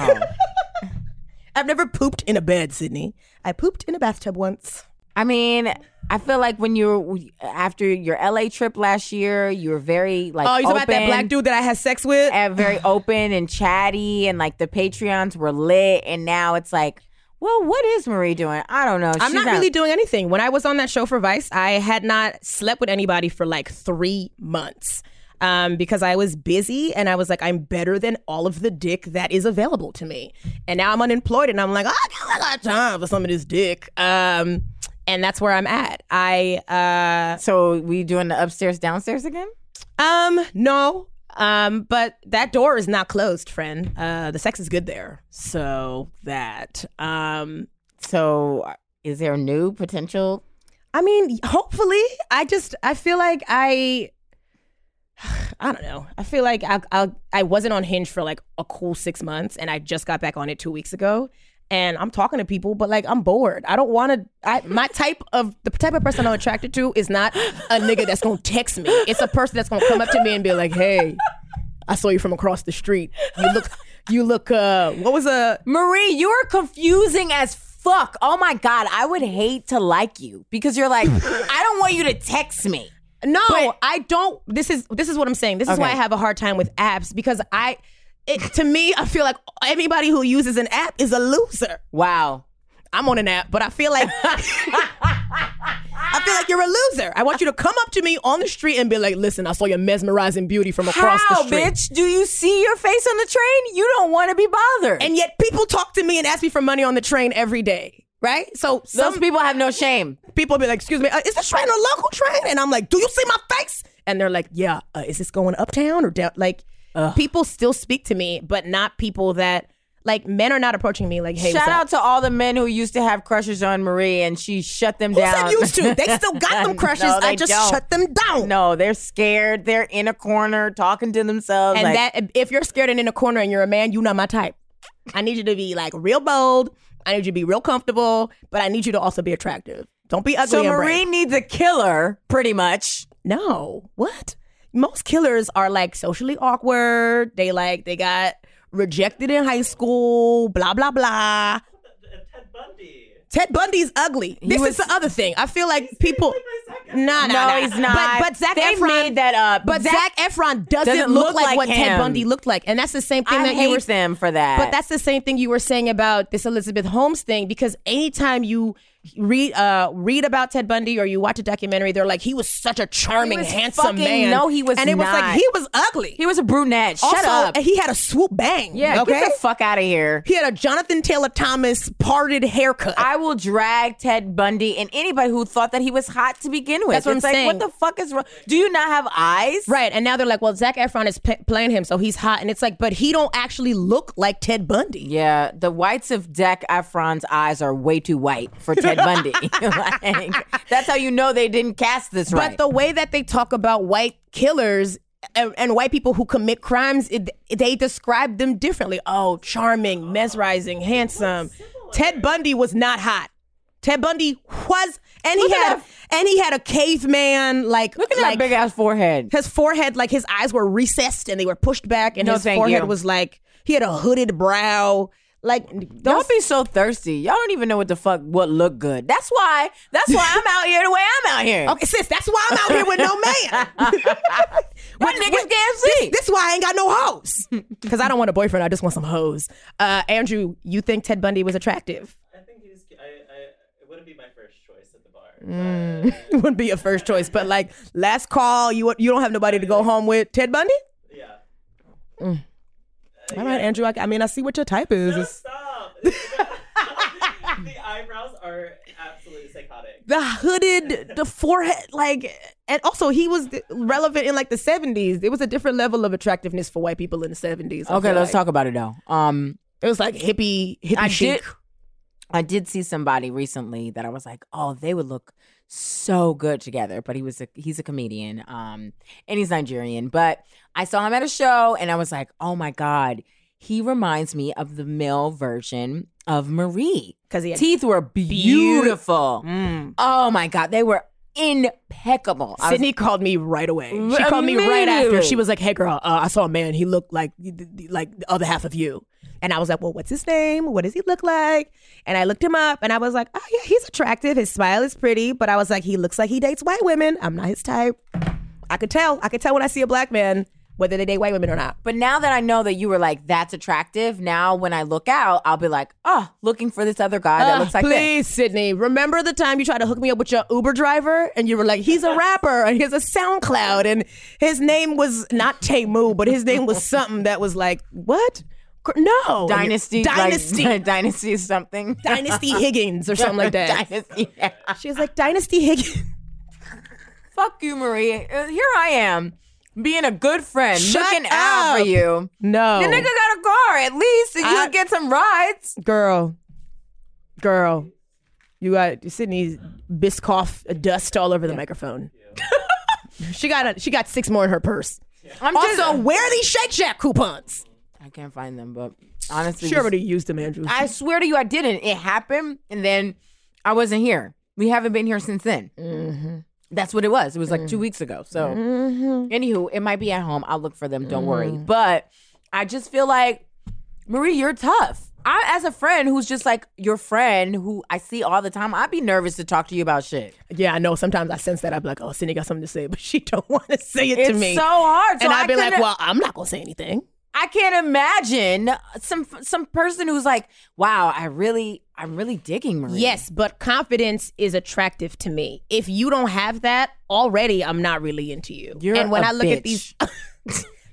I've never pooped in a bed, Sydney. I pooped in a bathtub once.
I mean, I feel like when you're after your LA trip last year, you were very like
oh, you talking about that
open
black dude that I had sex with?
and eh, very open and chatty, and like the Patreons were lit, and now it's like, well, what is Marie doing? I don't know.
I'm
She's
not, really doing anything. When I was on that show for Vice, I had not slept with anybody for like three months um, because I was busy and I was like, I'm better than all of the dick that is available to me. And now I'm unemployed and I'm like, oh, I got time for some of this dick. Um, and that's where I'm at. I
So we doing the upstairs downstairs again?
uh, um no. Um, but that door is not closed, friend. Uh, the sex is good there. So that um
So uh, is there new potential
I mean, hopefully. I just I feel like I I don't know. I feel like I I, I wasn't on Hinge for like a cool 6 months and I just got back on it 2 weeks ago. And I'm talking to people, but like I'm bored. I don't want to. I my type of the type of person I'm attracted to is not a nigga that's gonna text me. It's a person that's gonna come up to me and be like, "Hey, I saw you from across the street. You look, you look. uh What was a
Marie, you're confusing as fuck. Oh my God, I would hate to like you because you're like, I don't want you to text me.
No, I don't. This is this is what I'm saying. This is why I
Okay.
have a hard time with apps because I, it, to me, I feel like anybody who uses an app is a loser.
Wow.
I'm on an app, but I feel like I feel like you're a loser. I want you to come up to me on the street and be like, "Listen, I saw your mesmerizing beauty from across
How,
the street."
bitch? Do you see your face on the train? You don't want to be bothered.
And yet, people talk to me and ask me for money on the train every day, right? So
those
some
people have no shame.
people be like, "Excuse me, uh, is this train a local train?" And I'm like, "Do you see my face?" And they're like, "Yeah, uh, is this going uptown or down?" Like, people still speak to me, but not people that like men are not approaching me like, "Hey,
Shout
what's up?"
out to all the men who used to have crushes on Marie and she shut them
Who
down.
said used to? They still got them crushes.
No,
I
they
just
don't.
shut them down.
no, they're scared. They're in a corner talking to themselves.
And
like,
that if you're scared and in a corner and you're a man, you not my type. I need you to be like real bold. I need you to be real comfortable, but I need you to also be attractive. Don't be ugly.
so
and brave.
Marie needs a killer, pretty much.
No. What? Most killers are like socially awkward. They like they got rejected in high school, blah blah blah.
Ted Bundy.
Ted Bundy's ugly. This
was-
is the other thing. I feel like people Nah, nah,
No,
nah.
he's not.
But, but Zach
They
Efron
made that up.
But
Zac-
Zach, Efron doesn't, look, like, what Ted
him.
Bundy looked like, and that's the same thing
I
that
hate
you were
them for that.
But that's the same thing you were saying about this Elizabeth Holmes thing because anytime you read uh, read about Ted Bundy or you watch a documentary, they're like he was such a charming,
He was
handsome
fucking-
man.
no, he was
and it was
not.
like he was ugly.
He was a brunette. Shut
also,
up.
and he had a swoop bang.
yeah,
okay.
get the fuck out of here.
he had a Jonathan Taylor Thomas parted haircut.
I will drag Ted Bundy and anybody who thought that he was hot to begin with.
That's what
it's
I'm
like,
saying.
What the fuck is wrong? Do you not have eyes?
Right, and now they're like, "Well, Zach Efron is p- playing him, so he's hot," and it's like, but he don't actually look like Ted Bundy.
Yeah, the whites of Zac Efron's eyes are way too white for Ted Bundy. Like, that's how you know they didn't cast this right.
But the way that they talk about white killers and, and white people who commit crimes, it, they describe them differently. Oh, charming, mesmerizing, handsome. Ted Bundy was not hot. Ted Bundy was, and he
Look at
had, and he had a caveman like
Look at
like,
that big ass forehead.
his forehead, like his eyes were recessed and they were pushed back, and
No,
his
thank
forehead
you.
was like he had a hooded brow. Like
Don't be so thirsty. Y'all don't even know what the fuck what look good. That's why. That's why I'm out here the way I'm out here.
Okay, sis, that's why I'm out here with no man.
What niggas can't see.
This why I ain't got no hoes. Because I don't want a boyfriend. I just want some hoes. Uh, Andrew, you think Ted Bundy was attractive?
I think he's. I, I, It wouldn't be my first choice at the bar.
Mm.
but-
Wouldn't be your first choice, but like last call, you you don't have nobody to go home with. Ted Bundy.
yeah.
Mm.
Uh,
All
yeah.
right, Andrew. I, I mean, I see what your type is.
No,
It's-
stop. the eyebrows are absolutely psychotic.
the hooded, the forehead, like, and also he was th- relevant in like the seventies. It was a different level of attractiveness for white people in the seventies.
Okay, let's talk about it though. Um,
It was like hippie, hippie
I
chic.
did- I did see somebody recently that I was like, oh, they would look so good together. But he was a, he's a comedian, um, and he's Nigerian. But I saw him at a show, and I was like, oh my god, he reminds me of the male version of Marie.
Cause he had
Teeth were beautiful.
Mm.
Oh my god, they were impeccable. I was-
Sydney called me right away. She called me right after.
Immediately.
She was like, "Hey, girl, uh, I saw a man. He looked like like the other half of you." And I was like, "Well, what's his name? What does he look like?" And I looked him up, and I was like, "Oh yeah, he's attractive. His smile is pretty." But I was like, "He looks like he dates white women. I'm not his type. I could tell. I could tell when I see a black man whether they date white women or not."
But now that I know that you were like, that's attractive, now when I look out, I'll be like, oh, looking for this other guy that
Ugh,
looks like this.
Ah, please, Sydney. Remember the time you tried to hook me up with your Uber driver, and you were like, "He's a rapper, and he has a SoundCloud, and his name was not Tamu, but his name was something that was like what? Cr- No,
Dynasty. like,
Dynasty,
Dynasty is something.
Dynasty Higgins, or something like that.
Dynasty. yeah.
She was like Dynasty Higgins.
Fuck you, Marie. Uh, Here I am, being a good friend,
Shut
looking out for
up.
you.
No,
The nigga got a car, at least, and you
I-
could get some rides.
girl, girl, you got Sydney's Biscoff dust all over the microphone. she got a, she got six more in her purse.
I'm just.
Also, where are these Shake Shack coupons?
I can't find them, but honestly,
She
this-
already used them, Andrew.
I swear to you, I didn't. It happened, and then I wasn't here. We haven't been here since then. That's what it was. It was like two weeks ago. So, anywho, it might be at home. I'll look for them. Don't worry. But I just feel like Marie, you're tough. I, as a friend who's just like your friend who I see all the time, I'd be nervous to talk to you about shit.
Yeah, I know. Sometimes I sense that I'm like, oh, Cindy got something to say, but she don't want to say it
It's
to me.
so hard. So
and I'd
I
be like,
couldn't-
well, I'm not gonna say anything.
I can't imagine some some person who's like, wow, I really, I'm really digging Marie.
Yes, but confidence is attractive to me. If you don't have that already, I'm not really into you.
You're
and when
a
I look at
bitch.
these,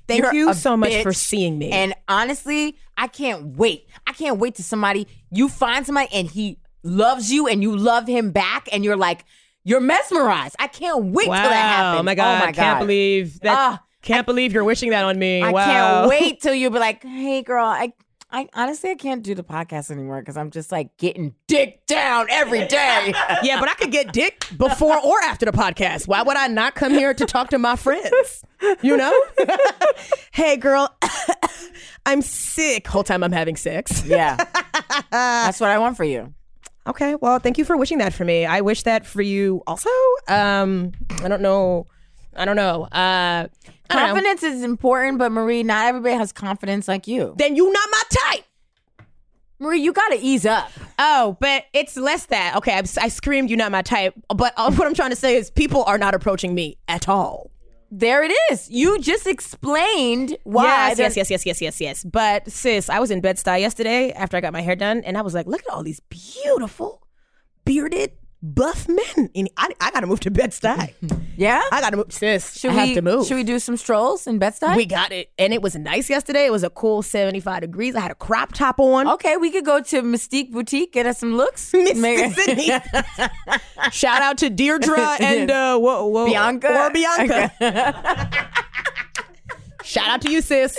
thank
You're
you
a
so much for
bitch.
seeing me.
And honestly, I can't wait. I can't wait to somebody you find somebody and he loves you and you love him back and you're like you're mesmerized. I can't wait
wow,
till that happens.
oh my god,
oh my
can't
god.
believe that.
Ah,
can't believe you're wishing that on me.
I
wow.
can't wait till you be like, "Hey girl, I I honestly I can't do the podcast anymore cuz I'm just like getting dick down every day."
yeah, but I could get dick before or after the podcast. Why would I not come here to talk to my friends? You know? hey, girl, I'm sick. Whole time I'm having sex.
yeah. That's what I want for you.
Okay, well, thank you for wishing that for me. I wish that for you also. Um, I don't know. I don't know. Uh, I don't know.
Confidence is important, but Marie, not everybody has confidence like you.
Then you not my type.
Marie, you got to ease up.
Oh, but it's less that. Okay, I, I screamed, "You not my type." But uh, what I'm trying to say is, people are not approaching me at all.
There it is. You just explained why.
Yes, yes, yes, yes, yes, yes, yes. But sis, I was in Bed Stuy yesterday after I got my hair done, and I was like, look at all these beautiful, bearded, buff men. And I, I gotta move to Bed Stuy.
Yeah.
I gotta move, sis.
Should
I
we
have to move.
Should we do some strolls in Bed Stuy?
We got it, and it was nice yesterday. It was a cool seventy-five degrees. I had a crop top on.
okay, we could go to Mystique Boutique, get us some looks.
Miss Sydney. Shout out to Deirdre and uh, whoa, whoa,
Bianca?
or Bianca. Shout out to you, sis.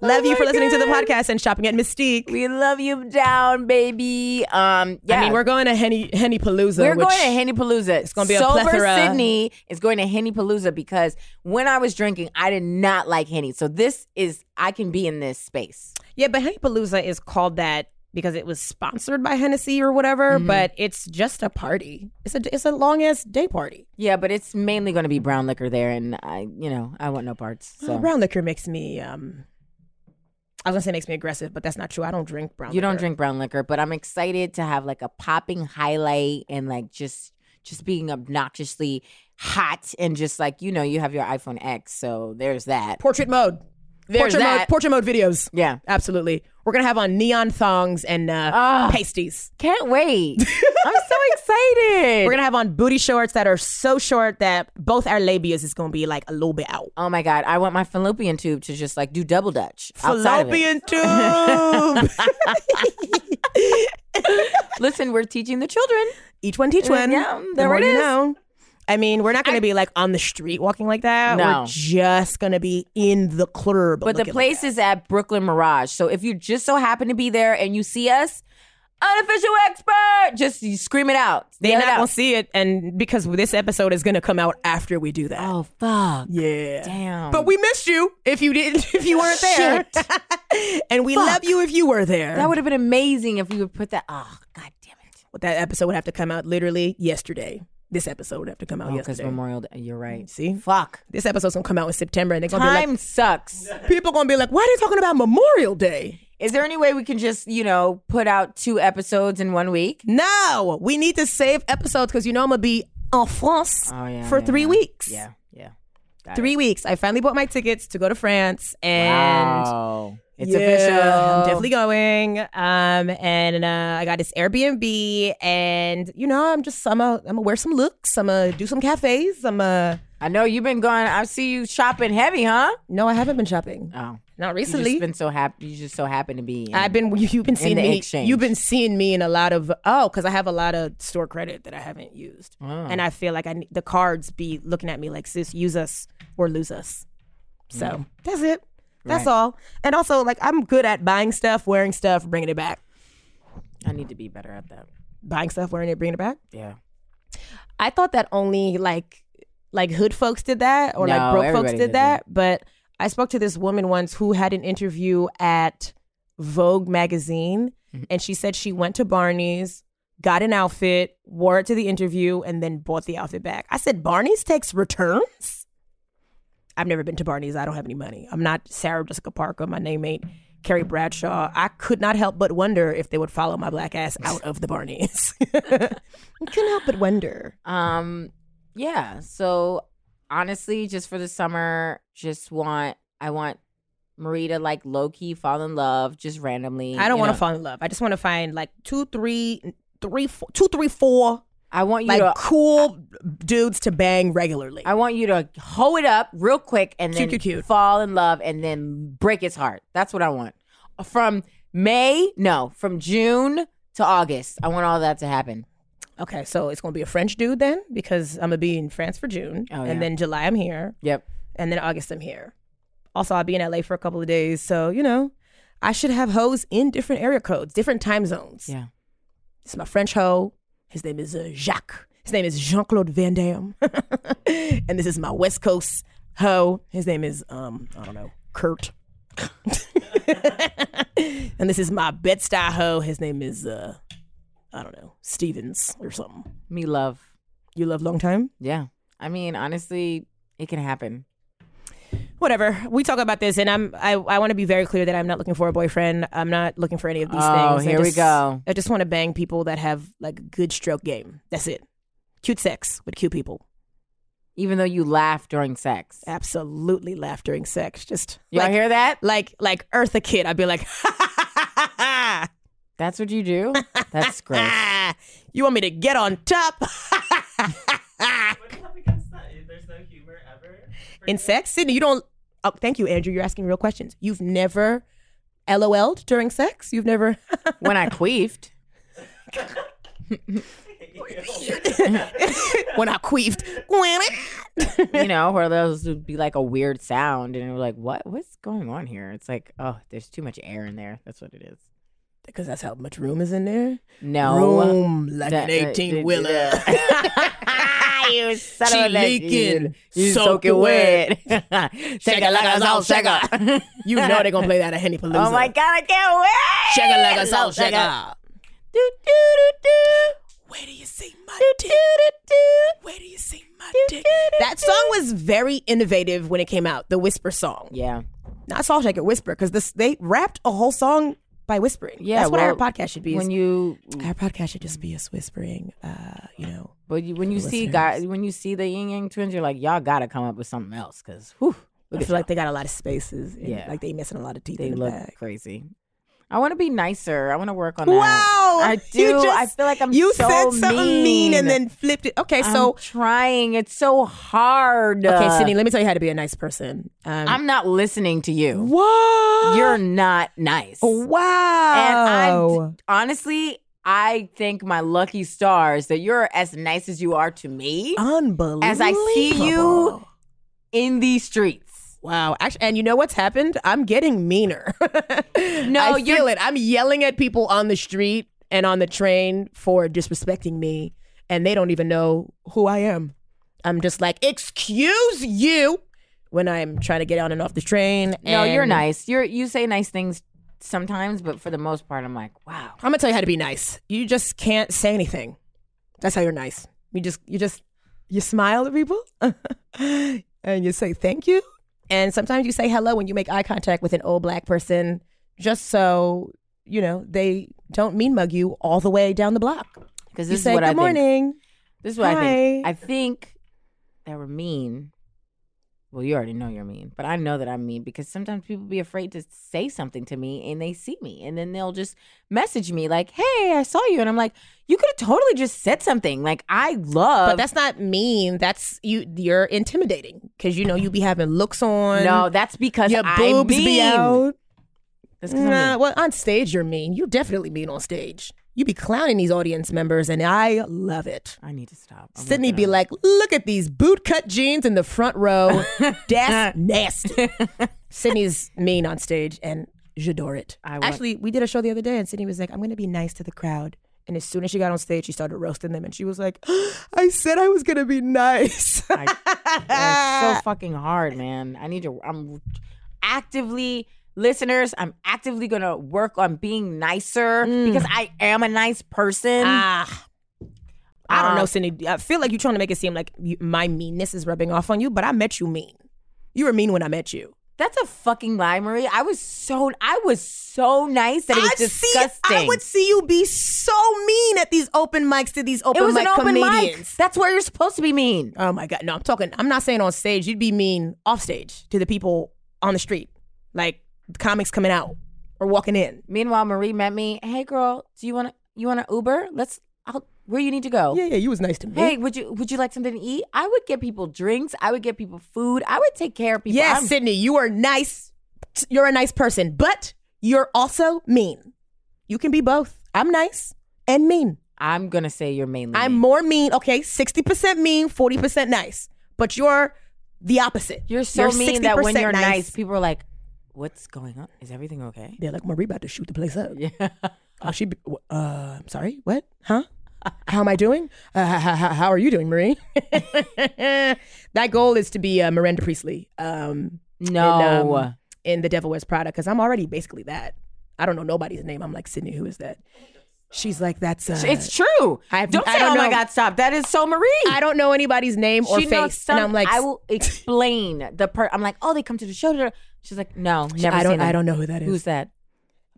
Love you
Oh my
for listening to the
God.
podcast and shopping at Mystique.
we love you down, baby. Um, yeah.
I mean, we're going to Henny Henny Palooza.
We're
which,
going to Henny Palooza. It's
gonna be a
Sober
plethora.
Sydney is going to Henny Palooza because when I was drinking, I did not like Henny. So this is I can be in this space.
Yeah, but Henny Palooza is called that because it was sponsored by Hennessy or whatever.
Mm-hmm.
But it's just a party. It's a it's a long ass day party.
Yeah, but it's mainly going to be brown liquor there, and I, you know, I want no parts. So
Well, brown liquor makes me. um I was gonna say makes me aggressive, but that's not true. I don't drink brown.
You don't
liquor.
drink brown liquor, but I'm excited to have like a popping highlight and like just just being obnoxiously hot and just like you know you have your iPhone X, so there's that.
portrait mode.
There's
portrait
that.
mode. Portrait mode videos.
yeah.
Absolutely. We're gonna have on neon thongs and uh,
Ah,
pasties.
can't wait. I'm so excited.
We're gonna have on booty shorts that are so short that both our labias is gonna be like a little bit out.
oh my God. I want my fallopian tube to just like do double dutch. outside of it.
Fallopian tube.
Listen, we're teaching the children.
Each one teach
Mm, Yeah,
one.
there
The more
it
you
is.
know. I mean, we're not gonna be like on the street walking like that.
No.
We're just gonna be in the club.
But the
looking like
place
that.
is at Brooklyn Mirage. So if you just so happen to be there and you see us, unofficial expert, just you scream it out.
They're
Yell
not
it out.
gonna see it, and because this episode is gonna come out after we do that.
Oh fuck.
yeah.
Damn.
But we missed you if you didn't, if you weren't there. and we love you if you were there.
that would have been amazing if we would put that oh god damn it.
that episode would have to come out literally yesterday. This episode would have to come out
Oh, because
yesterday.
Memorial Day. You're right.
See?
Fuck.
This episode's gonna come out in September, and they're gonna
Time sucks.
be like, people gonna be like, why are they talking about Memorial Day?
Is there any way we can just, you know, put out two episodes in one week?
No, we need to save episodes because you know I'm gonna be en France
Oh, yeah,
for
yeah,
three
yeah.
weeks.
Yeah. Yeah. Got
Three weeks. I finally bought my tickets to go to France,
it.
and
Wow. It's
Yeah,
official.
I'm definitely going. Um, and uh, I got this Airbnb, and you know, I'm just I'm a I'm gonna wear some looks. I'm gonna do some cafes. I'm a
I know you've been going I see you shopping heavy, huh?
no, I haven't been shopping.
Oh.
Not
You just
recently.
been so happy. You just so happen to be. in-
I've been you- you've been seeing
the
me.
exchange.
You've been seeing me in a lot of oh, because I have a lot of store credit that I haven't used,
Oh.
and I feel like I need- the cards be looking at me like sis, use us or lose us. So that's it. That's
Mm. Right.
all. And also, like I'm good at buying stuff, wearing stuff, bringing it back.
I need to be better at that.
Buying stuff, wearing it, bringing it back.
Yeah.
I thought that only like like hood folks did that or
No,
like broke folks
everybody
did
did
that. But I spoke to this woman once who had an interview at Vogue magazine and she said she went to Barney's, got an outfit, wore it to the interview, and then bought the outfit back. I said, Barney's takes returns? I've never been to Barney's. I don't have any money. I'm not Sarah Jessica Parker. My name ain't Carrie Bradshaw. I could not help but wonder if they would follow my black ass out of the Barney's. I couldn't help but wonder.
Um. Yeah. So honestly, just for the summer, just want I want Marie to like low key fall in love just randomly.
I don't
you
want
know.
to fall in love. I just want to find like two, three, three, four, two, three, four,
I want you
like
to.
cool dudes to bang regularly.
I want you to hoe it up real quick and
Cute,
then
cute, cute.
fall in love and then break its heart. That's what I want. From May, no, from June to August. I want all that to happen.
okay, so it's gonna be a French dude then because I'm gonna be in France for June,
Oh, yeah.
and then July I'm here,
Yep.
and then August I'm here. Also, I'll be in LA for a couple of days, so you know, I should have hoes in different area codes, different time zones.
Yeah.
This is my French hoe. His name is uh, Jacques. His name is Jean Claude Van Damme. and this is my West Coast hoe. His name is, um, I don't know, Kurt. and this is my Bed Stuy hoe. His name is, uh, I don't know, Stevens or something.
Me love.
You love long time?
Yeah. I mean, honestly, it can happen.
Whatever. We talk about this, and I'm I, I want to be very clear that I'm not looking for a boyfriend. I'm not looking for any of these
Oh,
things. I
here we
just-
go.
I just want to bang people that have like good stroke game. That's it. Cute sex with cute people.
Even though you laugh during sex.
absolutely laugh during sex. Just
Y'all
like,
hear that?
like like Eartha Kid, I'd be like,
That's what you do? That's great.
you want me to get on top
What do you have against that? eh, There's no humor ever.
in sex, Sydney? You don't. Oh, thank you, Andrew. You're asking real questions. You've never LOL'd during sex. You've never.
When I queefed.
when I queefed.
you know, where those would be like a weird sound, and you're like, "What? What's going on here?" It's like, "Oh, there's too much air in there." That's what it is.
Because that's how much room is in there.
No,
Room like
That-
an 18 wheeler.
you son
She
of a bitch.
leaking.
You, you
Soak
soaking
it
wet. shake it like a salt shaker.
you know they're going to play that at Henny Palooza.
oh my god, I can't wait.
Shaka like a
Salt
salt
shaker.
shaker.
Do do do do.
Where do you see my dick? Where do you see my dick? That song was very innovative when it came out, the whisper song.
Yeah,
Not Salt Shaker, whisper, because this they wrapped a whole song by whispering.
yeah.
That's what our
well,
podcast should be. is-
When you
our podcast should just be us whispering, uh, you know.
But you, when you see guys, when you see the yin yang twins, you're like, y'all gotta come up with something else, cause whew,
I
look
feel
at
like they got a lot of spaces. and,
Yeah.
Like they missing a lot of teeth
they
in the
look
bag.
crazy. I want to be nicer. I want to work on that.
Wow.
I do.
You just,
I feel like I'm
you
so
said something mean. and then flipped it. Okay,
I'm
so
trying. It's so hard.
okay,
Uh,
Sydney, let me tell you how to be a nice person. Um,
I'm not listening to you.
Whoa.
You're not nice.
wow.
And I honestly, I thank my lucky stars that you're as nice as you are to me
Uh-huh. unbelievable.
as I see you in these streets.
Wow. Actually, and you know what's happened? I'm getting meaner. no, I
you're-
feel it. I'm yelling at people on the street and on the train for disrespecting me, and they don't even know who I am. I'm just like, excuse you when I'm trying to get on and off the train.
No, you're
and-
nice. You're you say nice things sometimes, but for the most part, I'm like, wow.
I'm gonna tell you how to be nice. You just can't say anything. That's how you're nice. You just you just you smile at people and you say thank you. And sometimes you say hello when you make eye contact with an old black person, just so you know they don't mean mug you all the way down the block.
Because
you
this
say
is what
good
I think.
morning.
This is what I think. I think that we're mean. Well, you already know you're mean, but I know that I'm mean because sometimes people be afraid to say something to me and they see me and then they'll just message me like, "Hey, I saw you," and I'm like, "You could have totally just said something." Like I love.
But that's not mean. That's you. You're intimidating because you know you be having looks on.
no, that's because
your
I'm
boobs
mean.
be out.
That's 'cause I'm
Nah,
mean.
well, on stage you're mean. You definitely mean on stage. You be clowning these audience members, and I love it.
I need to stop. I'm
Sydney
working
be
on it.
like, "Look at these bootcut jeans in the front row. That's nasty." Sydney's mean on stage, and j'adore it.
I want-
Actually, we did a show the other day, and Sydney was like, "I'm going to be nice to the crowd." And as soon as she got on stage, she started roasting them, and she was like, "I said I was going to be nice."
Yeah, it's so fucking hard, man. I need to. I'm actively listeners. I'm actively gonna work on being nicer because I am a nice person.
Mm. Ah. I don't
Ah.
know, Cindy. I feel like you're trying to make it seem like you, my meanness is rubbing off on you, but I met you mean. You were mean when I met you.
That's a fucking lie, Marie. I was so I was so nice that it was
I see-
disgusting.
I would see you be so mean at these open mics to these open
it was
mic
an open mic.
comedians.
That's where you're supposed to be mean.
Oh my god! No, I'm talking. I'm not saying on stage. You'd be mean off stage to the people on the street, like the comics coming out or walking in.
Meanwhile, Marie met me. Hey, girl, do you want to you want to Uber? Let's. I'll, where you need to go?
Yeah, yeah. You was nice to me.
Hey, would you would you like something to eat? I would get people drinks. I would get people food. I would take care of people.
yes,
I'm
Sydney, you are nice. You're a nice person, but you're also mean. You can be both. I'm nice and mean.
I'm gonna say you're mainly.
I'm
mean.
more mean. Okay, sixty percent mean, forty percent nice. But you're the opposite.
You're so mean that when
60%
you're nice, people are like, "What's going on? Is everything okay?"
they're like Marie about to shoot the place up.
Yeah.
Oh, she. Be, wh- uh, I'm sorry. What? Huh? How am I doing? Uh, how, how are you doing, Marie? that goal is to be uh, Miranda Priestley um,
No.
um, in The Devil Wears Prada because I'm already basically that. I don't know nobody's name. I'm like Sydney. Who is that? She's like that's. Uh,
it's true.
I-
don't
I
say,
don't
"Oh my
know.
God, stop!" That is so Marie.
I don't know anybody's name or face, and I'm like
I will explain the per. I'm like, "Oh, they come to the show." da- da." She's like, "No, never."
I don't.
seen them."
I don't know who that is.
Who's that?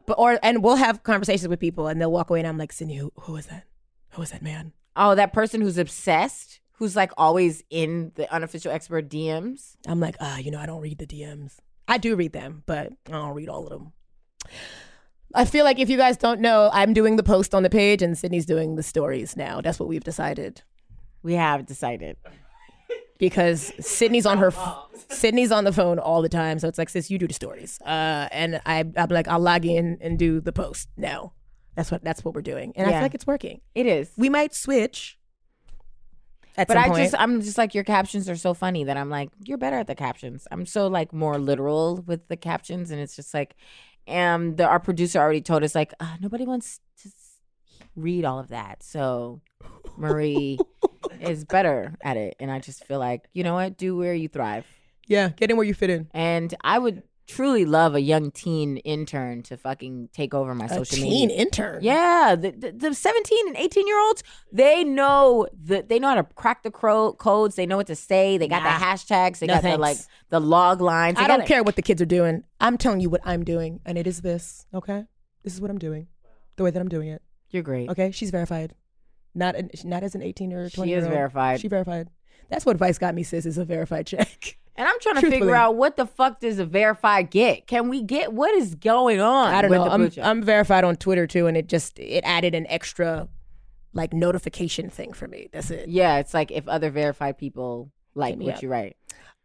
but or and we'll have conversations with people and they'll walk away and I'm like, Cindy, who who is that? Who is that man?
Oh, that person who's obsessed, who's like always in the unofficial expert DMs.
I'm like, ah, you know, I don't read the DMs. I do read them, but I don't read all of them. I feel like if you guys don't know, I'm doing the post on the page and Sydney's doing the stories now. That's what we've decided.
We have decided.
Because Sydney's on her, f- Sydney's on the phone all the time, so it's like, sis, you do the stories, uh, and I, I'm like, I'll log in and do the post now. That's what that's what we're doing, and I
Yeah.
feel like it's working.
It is.
We might switch. At
But
some
I
point.
just, I'm just like your captions are so funny that I'm like, you're better at the captions. I'm so like more literal with the captions, and it's just like, um, the, our producer already told us like, uh, nobody wants to s- read all of that, so Marie is better at it, and I just feel like, you know what, do where you thrive,
Yeah, get in where you fit in.
and I would truly love a young teen intern to fucking take over my
A
social
teen
media.
intern.
Yeah, the, the, the 17 and 18 year olds, they know the, they know how to crack the cro- codes. They know what to say. They got
Nah.
the hashtags. They
No
got
thanks.
the like the log lines. They
I don't
got it.
care what the kids are doing. I'm telling you what I'm doing, and it is this. Okay, this is what I'm doing, the way that I'm doing it.
You're great.
Okay, she's verified, not an, not as an 18 or 20
She
year
is
old.
verified.
She verified. That's what Vice got me, sis. Is a verified check.
And I'm trying to
Truthfully.
figure out what the fuck does a verified get? Can we get what is going on?
I don't
with
know.
the
I'm,
boot job?
I'm verified on Twitter too, and it just it added an extra like notification thing for me. That's it.
yeah, it's like if other verified people like
me
what
up.
you write.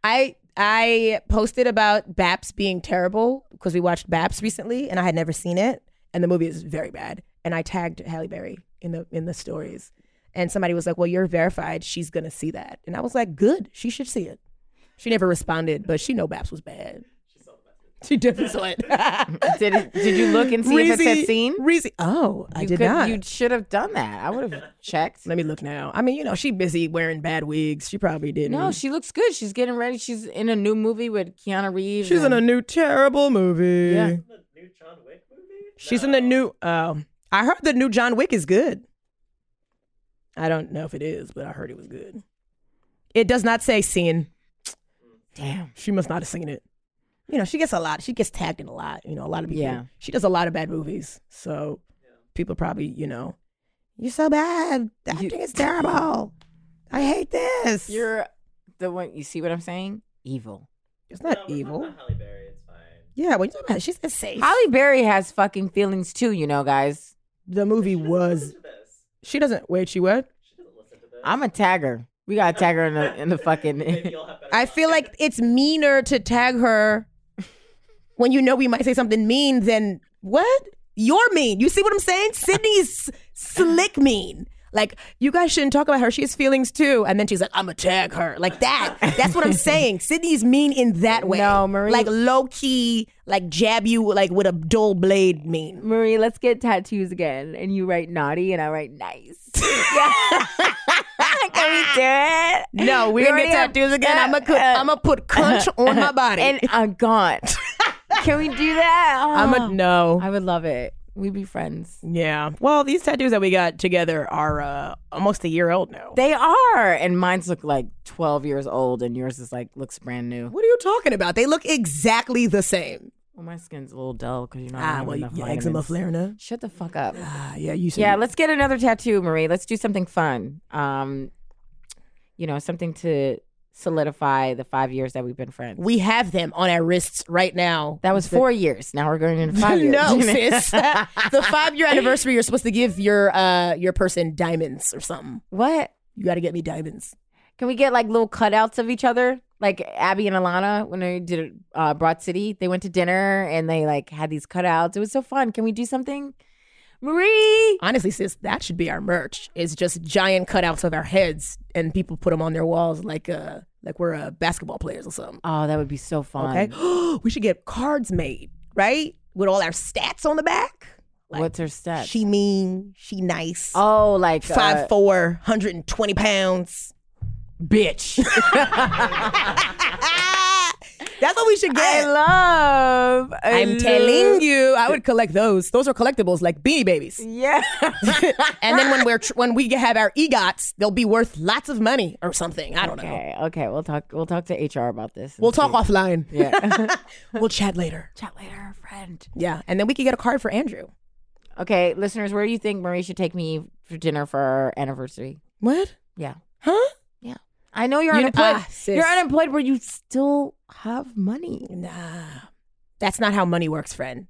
I I posted about Baps being terrible because we watched Baps recently, and I had never seen it, and the movie is very bad. And I tagged Halle Berry in the in the stories, and somebody was like, "Well, you're verified. She's gonna see that." And I was like, "Good. She should see it." She never responded, but she know Baps was bad. She definitely saw it.
Did it, did you look and see if it said
Reezy-
seen?
Reezy. Oh, I
You
did
could-
not.
You should have done that. I would have checked.
Let me look now. I mean, you know, she busy wearing bad wigs. She probably didn't.
No, she looks good. She's getting ready. She's in a new movie with Keanu Reeves.
she's in a
and-
new terrible movie.
Yeah.
The new John Wick movie?
She's in the new. Um, I heard the new John Wick is good. I don't know if it is, but I heard it was good. It does not say seen.
damn.
She must not have seen it. You know, she gets a lot. She gets tagged in a lot. You know, a lot of people.
Yeah.
She does a lot of bad movies, so people probably, you know, you're so bad. The
You-
acting is terrible. I hate this.
You're the one. You see what I'm saying? Evil.
it's
No,
not
we're talking
evil.
about Halle Berry, it's fine.
Yeah, when you talk about it, she said safe.
Holly Berry has fucking feelings too. You know, guys.
the movie was.
Listen to this.
She doesn't. Wait, she what?
She doesn't listen to this.
I'm a tagger. We gotta tag her in the in the
Maybe
fucking.
you'll have better
I feel like it's meaner to tag her when you know we might say something mean than what? You're mean. You see what I'm saying? Sydney's slick mean. Like, you guys shouldn't talk about her. She has feelings too. And then she's like, I'm going to tag her. Like that. That's what I'm saying. Sydney's mean in that way.
No, Marie-
Like low key, like jab you like with a dull blade mean.
Marie, let's get tattoos again, and you write naughty, and I write nice. Yeah. Can we do it?
No, we're going to
already
get
have-
tattoos again.
uh,
I'm going
uh,
to put cunch on my body.
and I'm gone. Can we do that?
I'm a
Oh.
no.
I would love it. We'd be friends.
Yeah. Well, these tattoos that we got together are uh, almost a year old now.
They are, and mine's look like 12 years old, and yours is like looks brand new.
what are you talking about? They look exactly the same.
Well, my skin's a little dull because you know. I don't
Ah,
have
well,
enough
your eczema
vitamins.
flaring up.
Shut the fuck up.
Ah, yeah, you should.
Yeah, let's get another tattoo, Marie. Let's do something fun. Um, you know, something to solidify the five years that we've been friends.
we have them on our wrists right now.
that was
The-
four years. Now we're going into five years.
no, sis. the five year anniversary, you're supposed to give your uh your person diamonds or something.
what?
You got to get me diamonds.
Can we get like little cutouts of each other? Like Abby and Alana when they did uh, Broad City, they went to dinner and they like had these cutouts. It was so fun. Can we do something, Marie?
Honestly, sis, that should be our merch. It's just giant cutouts of our heads, and people put them on their walls like uh like we're uh, basketball players or something.
Oh, that would be so fun.
Okay. we should get cards made, right? With all our stats on the back. Like,
What's her stat?
She mean, she nice.
oh, like
Five
uh,
four, 120 pounds. Bitch. That's what we should
I
get.
love. I
I'm
love-
telling you, I would collect those. Those are collectibles like Beanie Babies.
Yeah.
and then when we're tr- when we have our egots, they'll be worth lots of money or something. I don't know.
okay. Okay. We'll talk. We'll talk to HR about this. and
We'll talk
see.
offline.
Yeah.
We'll chat later.
Chat later, friend.
Yeah, and then we could get a card for Andrew.
Okay, listeners, where do you think Marie should take me for dinner for our anniversary?
What?
Yeah.
Huh?
I know you're
You-
unemployed.
ah, sis.
you're unemployed, but you still have money.
Nah, that's not how money works, friend.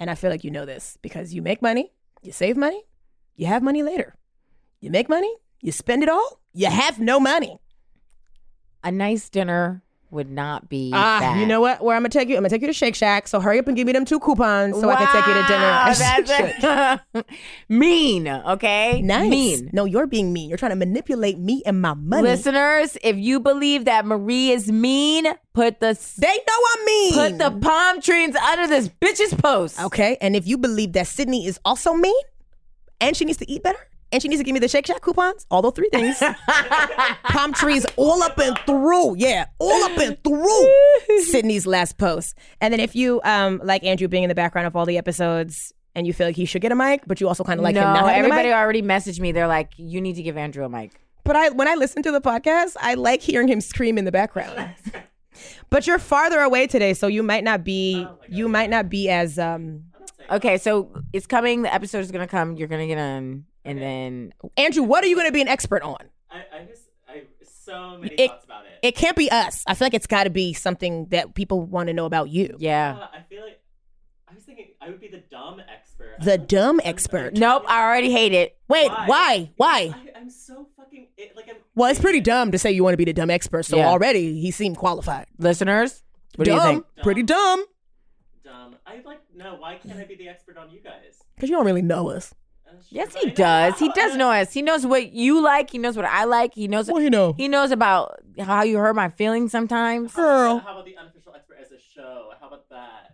And I feel like you know this because you make money, you save money, you have money later. You make money, you spend it all, you have no money.
A nice dinner would not be bad.
Ah, you know what? Where I'm gonna take you? I'm gonna take you to Shake Shack. So hurry up and give me them two coupons so I can take you to dinner.
Wow,
at Shake Shack.
that's it. mean. Okay,
nice.
Mean.
No, you're being mean. You're trying to manipulate me and my money.
Listeners, if you believe that Marie is mean, put the
they know I'm mean.
put the palm trees under this bitch's post.
okay. And if you believe that Sydney is also mean, and she needs to eat better, and she needs to give me the Shake Shack coupons, all those three things. palm trees all up and through. Yeah, all up and through. Sydney's last post. And then if you um like Andrew being in the background of all the episodes and you feel like he should get a mic, but you also kind of like
no,
him not having
everybody
a mic.
already messaged me. They're like, you need to give Andrew a mic.
But I when I listen to the podcast, I like hearing him scream in the background. but you're farther away today, so you might not
Oh
be you might not be as um
Okay, so it's coming. The episode is gonna come. You're gonna get on, and then
Andrew, what are you going to be an expert on?
I, I just I so many
It-
thoughts about it.
It can't be us. I feel like it's got to be something that people want to know about you.
Yeah.
Uh, I feel like I was thinking I would be the dumb expert.
The
I'm-
dumb
I'm- I'm-
expert.
Nope, I already hate it.
Wait, why? Why?
I, I'm so fucking it, like I'm.
Well, it's pretty dumb to say you want to be the dumb expert. So
Yeah.
already he seemed qualified.
Listeners, what
dumb,
do you think?
pretty dumb,
dumb. I like no. Why can't I be the expert on you guys?
because you don't really know us.
Uh, sure,
Yes,
I
he
know.
does. He does know us. He knows what you like. He knows what I like. He knows
Well, you know,
he knows about how you hurt my feelings sometimes.
How about-
girl.
How about the unofficial expert as a show? How about that?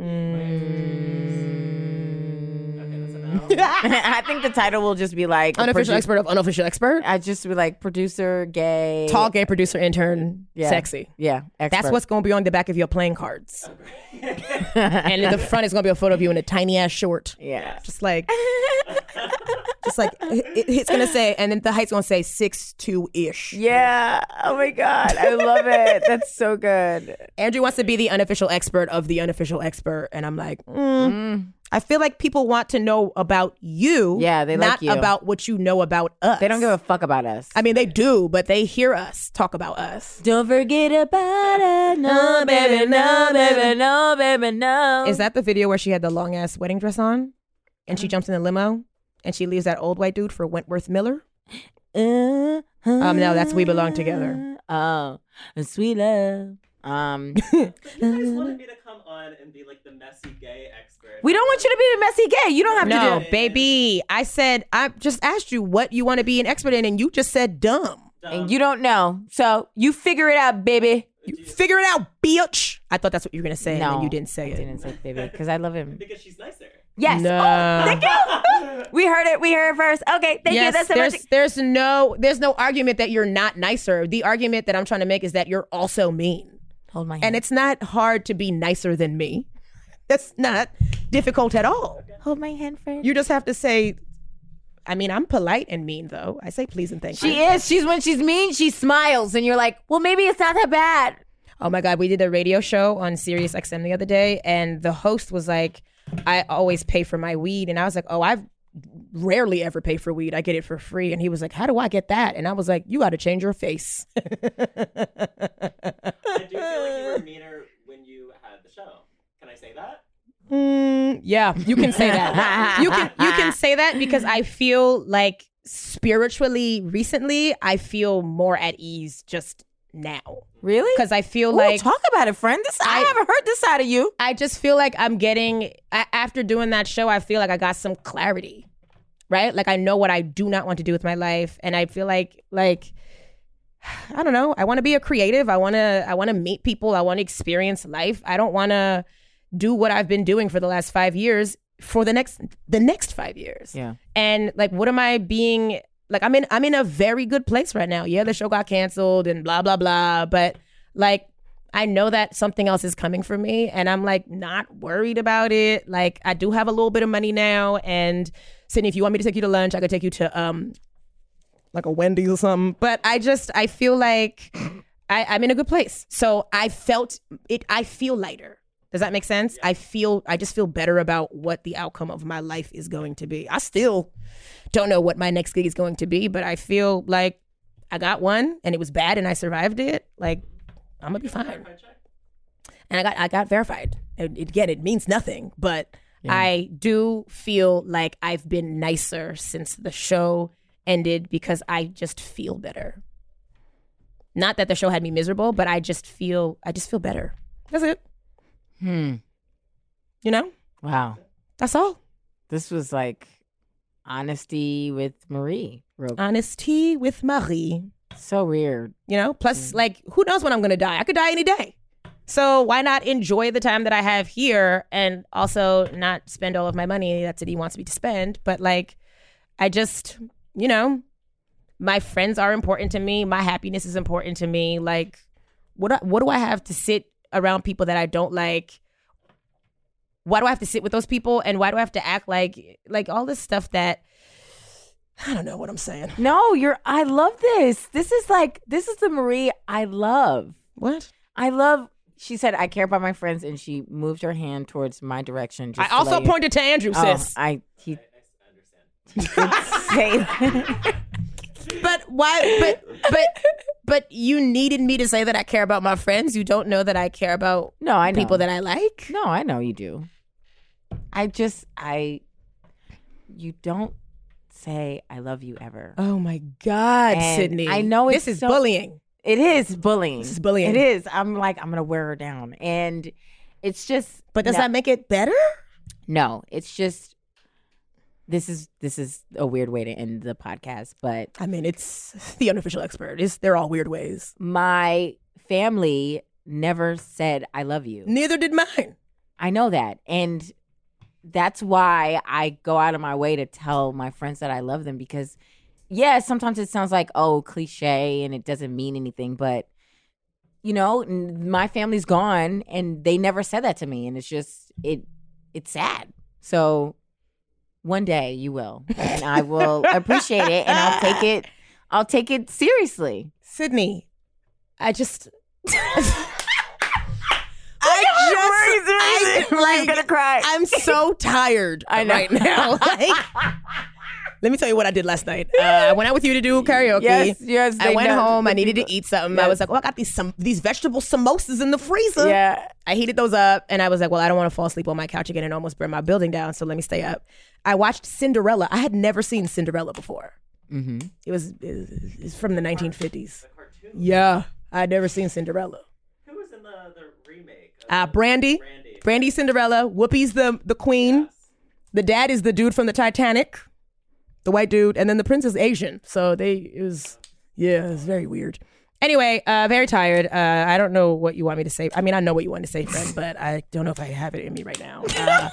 Mm.
Okay, that's enough.
I think the title will just be like
unofficial
produ-
expert of unofficial expert.
I just be like producer gay
Tall gay producer intern,
Yeah.
sexy.
Yeah, expert.
That's what's going to be on the back of your playing cards, and in the front is going to be a photo of you in a tiny ass short.
yeah.
Just like, just like it, it's gonna say, and then the height's gonna say six two ish.
Yeah. Oh my god, I love it. That's so good.
Andrew wants to be the unofficial expert of the unofficial expert, and I'm like, mm, I feel like people want to know about you.
Yeah, they like
not
you.
about what you know about us.
They don't give a fuck about us.
I mean, they do, but they hear us talk about us.
don't forget about us. No, Oh, baby, no, baby, no, baby, no.
Is that the video where she had the long ass wedding dress on, and she jumps in the limo, and she leaves that old white dude for Wentworth Miller?
um,
Um, no, that's We Belong Together.
Oh, and sweet love. Um,
But you guys wanted me to come on and be like the messy gay expert.
we don't want you to be the messy gay. You don't have to do.
No,
do it.
baby. I said I just asked you what you want to be an expert in, and you just said dumb.
Dumb.
And you don't know, so you figure it out, baby.
Do you-
Figure it out, bitch. I thought that's what you were gonna say, and
No,
then you didn't say
I
it.
didn't say baby because I love him.
because she's nicer.
Yes.
No.
Oh, thank you. we heard it. We heard it first. Okay. Thank you. That's so
there's
much.
there's no there's no argument that you're not nicer. The argument that I'm trying to make is that you're also mean,
Hold my hand.
and it's not hard to be nicer than me. That's not difficult at all.
Hold my hand, friend.
You just have to say, I mean, I'm polite and mean though. I say please and thank you.
she is. She's when she's mean, she smiles, and you're like, well, maybe it's not that bad.
Oh my God, we did a radio show on Sirius XM the other day, and the host was like, I always pay for my weed. And I was like, Oh, I've rarely ever pay for weed. I get it for free. And he was like, How do I get that? And I was like, You got to change your face.
I do feel like you were meaner when you had the show. Can I say that?
Mm, yeah, you can say that. you can you can say that because I feel like spiritually recently, I feel more at ease just now.
Really?
Because I feel
Ooh,
like
talk about it, friend. This I,
I-
haven't heard this side of you.
I just feel like I'm getting a- after doing that show. I feel like I got some clarity, right? Like I know what I do not want to do with my life, and I feel like like I don't know. I want to be a creative. I want to I want to meet people. I want to experience life. I don't want to do what I've been doing for the last five years for the next the next five years.
Yeah.
And like, what am I being? Like I'm in I'm in a very good place right now. Yeah, the show got canceled and blah blah blah, but like I know that something else is coming for me and I'm like not worried about it. Like I do have a little bit of money now and Sydney, if you want me to take you to lunch, I could take you to um like a Wendy's or something. But I just I feel like I, I'm in a good place. So I felt it I feel lighter. Does that make sense? I feel I just feel better about what the outcome of my life is going to be. I still don't know what my next gig is going to be, but I feel like I got one and it was bad and I survived it. Like I'm gonna be fine
Fact check?
and I got I got verified. And it- again, it means nothing, but I do feel like I've been nicer since the show ended because I just feel better. Not that the show had me miserable, but I just feel I just feel better. That's it.
Hmm.
You know,
Wow.
that's all.
This was like honesty with Marie. Real-
Honesty with Marie.
so weird.
You know, plus like who knows when I'm gonna die? I could die any day. So why not enjoy the time that I have here and also not spend all of my money that City wants me to spend? But like I just, you know, my friends are important to me. My happiness is important to me. Like, what do- what do I have to sit around people that I don't like? Why do I have to sit with those people? And why do I have to act like like all this stuff that I don't know what I'm saying.
No, you're. I love this. This is like this is the Marie I love.
What?
I love. She said, "I care about my friends," and she moved her hand towards my direction. Just
I also
pointed.
pointed to Andrew, sis.
Oh, I he
I understand.
did say.
But why? But but but you needed me to say that I care about my friends. You don't know that I care about
No, I know.
people that I like.
No, I know you do. I just I you don't say I love you ever.
Oh my God,
And
Sydney!
I know
this
it's
is
so-
bullying.
It is bullying.
This is bullying.
It is. I'm like I'm going to wear her down and it's just
But does
no,
that make it better?
No, it's just this is this is a weird way to end the podcast, but
I mean, it's the unofficial expert. It's they're all weird ways.
my family never said I love you.
Neither did mine.
I know that. And that's why I go out of my way to tell my friends that I love them because, yeah, sometimes it sounds like, oh, cliche and it doesn't mean anything. But, you know, n- my family's gone and they never said that to me. And it's just, it, it's sad. So one day you will. And I will appreciate it and I'll take it. I'll take it seriously.
Sydney, I just,
I
I just, I, like,
cry.
I'm so tired
I know.
right now. Like, let me tell you what I did last night. Uh, I went out with you to do karaoke.
Yes, yes.
I
they
went
know.
home. I needed to eat something. I
Yes.
was like, "Oh, I got these some these vegetable samosas in the freezer."
Yeah.
I heated those up, and I was like, "Well, I don't want to fall asleep on my couch again and almost burn my building down, so let me stay up." I watched Cinderella. I had never seen Cinderella before.
Mm-hmm.
It was it- it's from the 1950s. Yeah, I had never seen Cinderella.
Who was in the, the remake? of
Uh, Brandy,
Brandy.
Brandy Cinderella. Whoopi's the the queen. The dad is the dude from the Titanic, the white dude, and then the prince is Asian. So they it was yeah, it was very weird. Anyway, uh, very tired. Uh, I don't know what you want me to say. I mean, I know what you want to say, friend, but I don't know if I have it in me right now. Uh,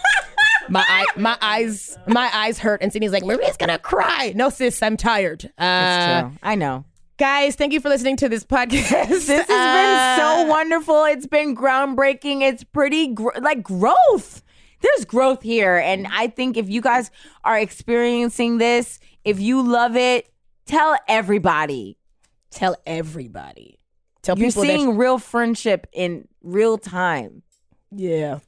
my eye, my eyes, my eyes hurt, and Sydney's like, "Maria's gonna cry." No, sis, I'm tired.
It's
Uh,
true. I know.
guys, thank you for listening to this podcast.
This has been so wonderful. It's been groundbreaking. It's pretty gr- like growth. There's growth here, and I think if you guys are experiencing this, if you love it, tell everybody.
Tell everybody. Tell
You're
people that
seeing real friendship in real time.
Yeah.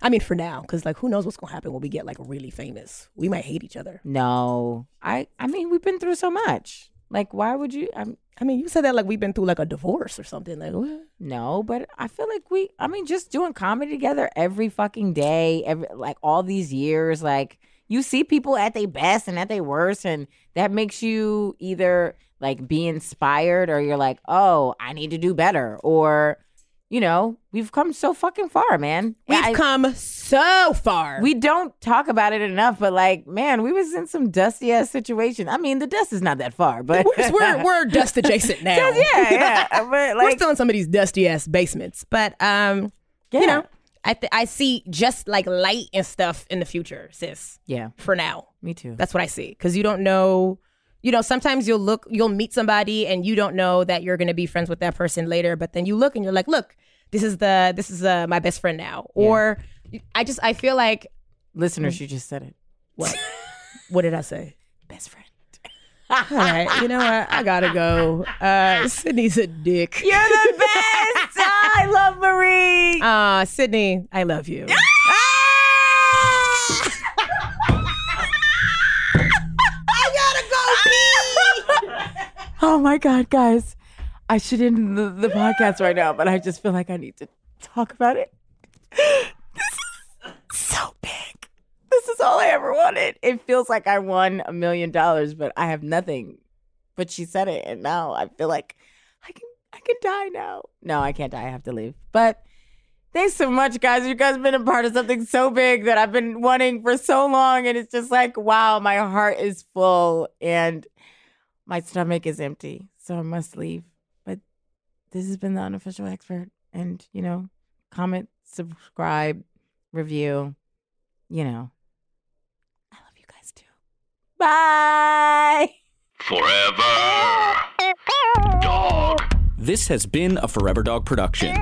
I mean, for now, because like, who knows what's gonna happen when we get like really famous? We might hate each other.
No, I. I mean, we've been through so much. Like, why would you? I'm
I mean, you said that like we've been through like a divorce or something. Like, what?
no, but I feel like we. I mean, just doing comedy together every fucking day, every like all these years, like you see people at their best and at their worst and that makes you either like be inspired or you're like oh i need to do better or you know we've come so fucking far man
we've
I-
come so far.
we don't talk about it enough but like man we was in some dusty ass situation i mean the dust is not that far but
we're, just- we're we're dust adjacent now.
yeah yeah but
we're
like
still in somebody's dusty ass basements, but um,
Yeah.
you know, I th- I see just like light and stuff in the future, sis.
yeah
For now,
me too
That's what I see. Because you don't know, you know, sometimes you'll look, you'll meet somebody and you don't know that you're going to be friends with that person later. But then you look and you're like, look, this is the, this is uh, my best friend now. Or I just, I feel like, Mm.
listeners you just said it
what? what did I say?
best friend
All right. You know what? I got to go. Uh, Sydney's a dick.
you're the best Ah, i love marie
Ah, Sydney, I love you.
Ah!
Oh my God, guys. I should end the, the podcast right now, but I just feel like I need to talk about it. This is so big. This is all I ever wanted. It feels like I won a million dollars, but I have nothing. But she said it, and now I feel like I can I can die now. No, I can't die. I have to leave. But thanks so much, guys. You guys have been a part of something so big that I've been wanting for so long. And it's just like, wow, my heart is full and my stomach is empty. So I must leave. But this has been the unofficial expert. And, you know, comment, subscribe, review, you know. I love you guys too. Bye.
Forever. Dog.
This has been a Forever Dog production.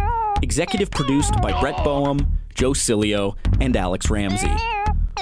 Executive produced by Brett Boehm, Joe Cilio, and Alex Ramsey.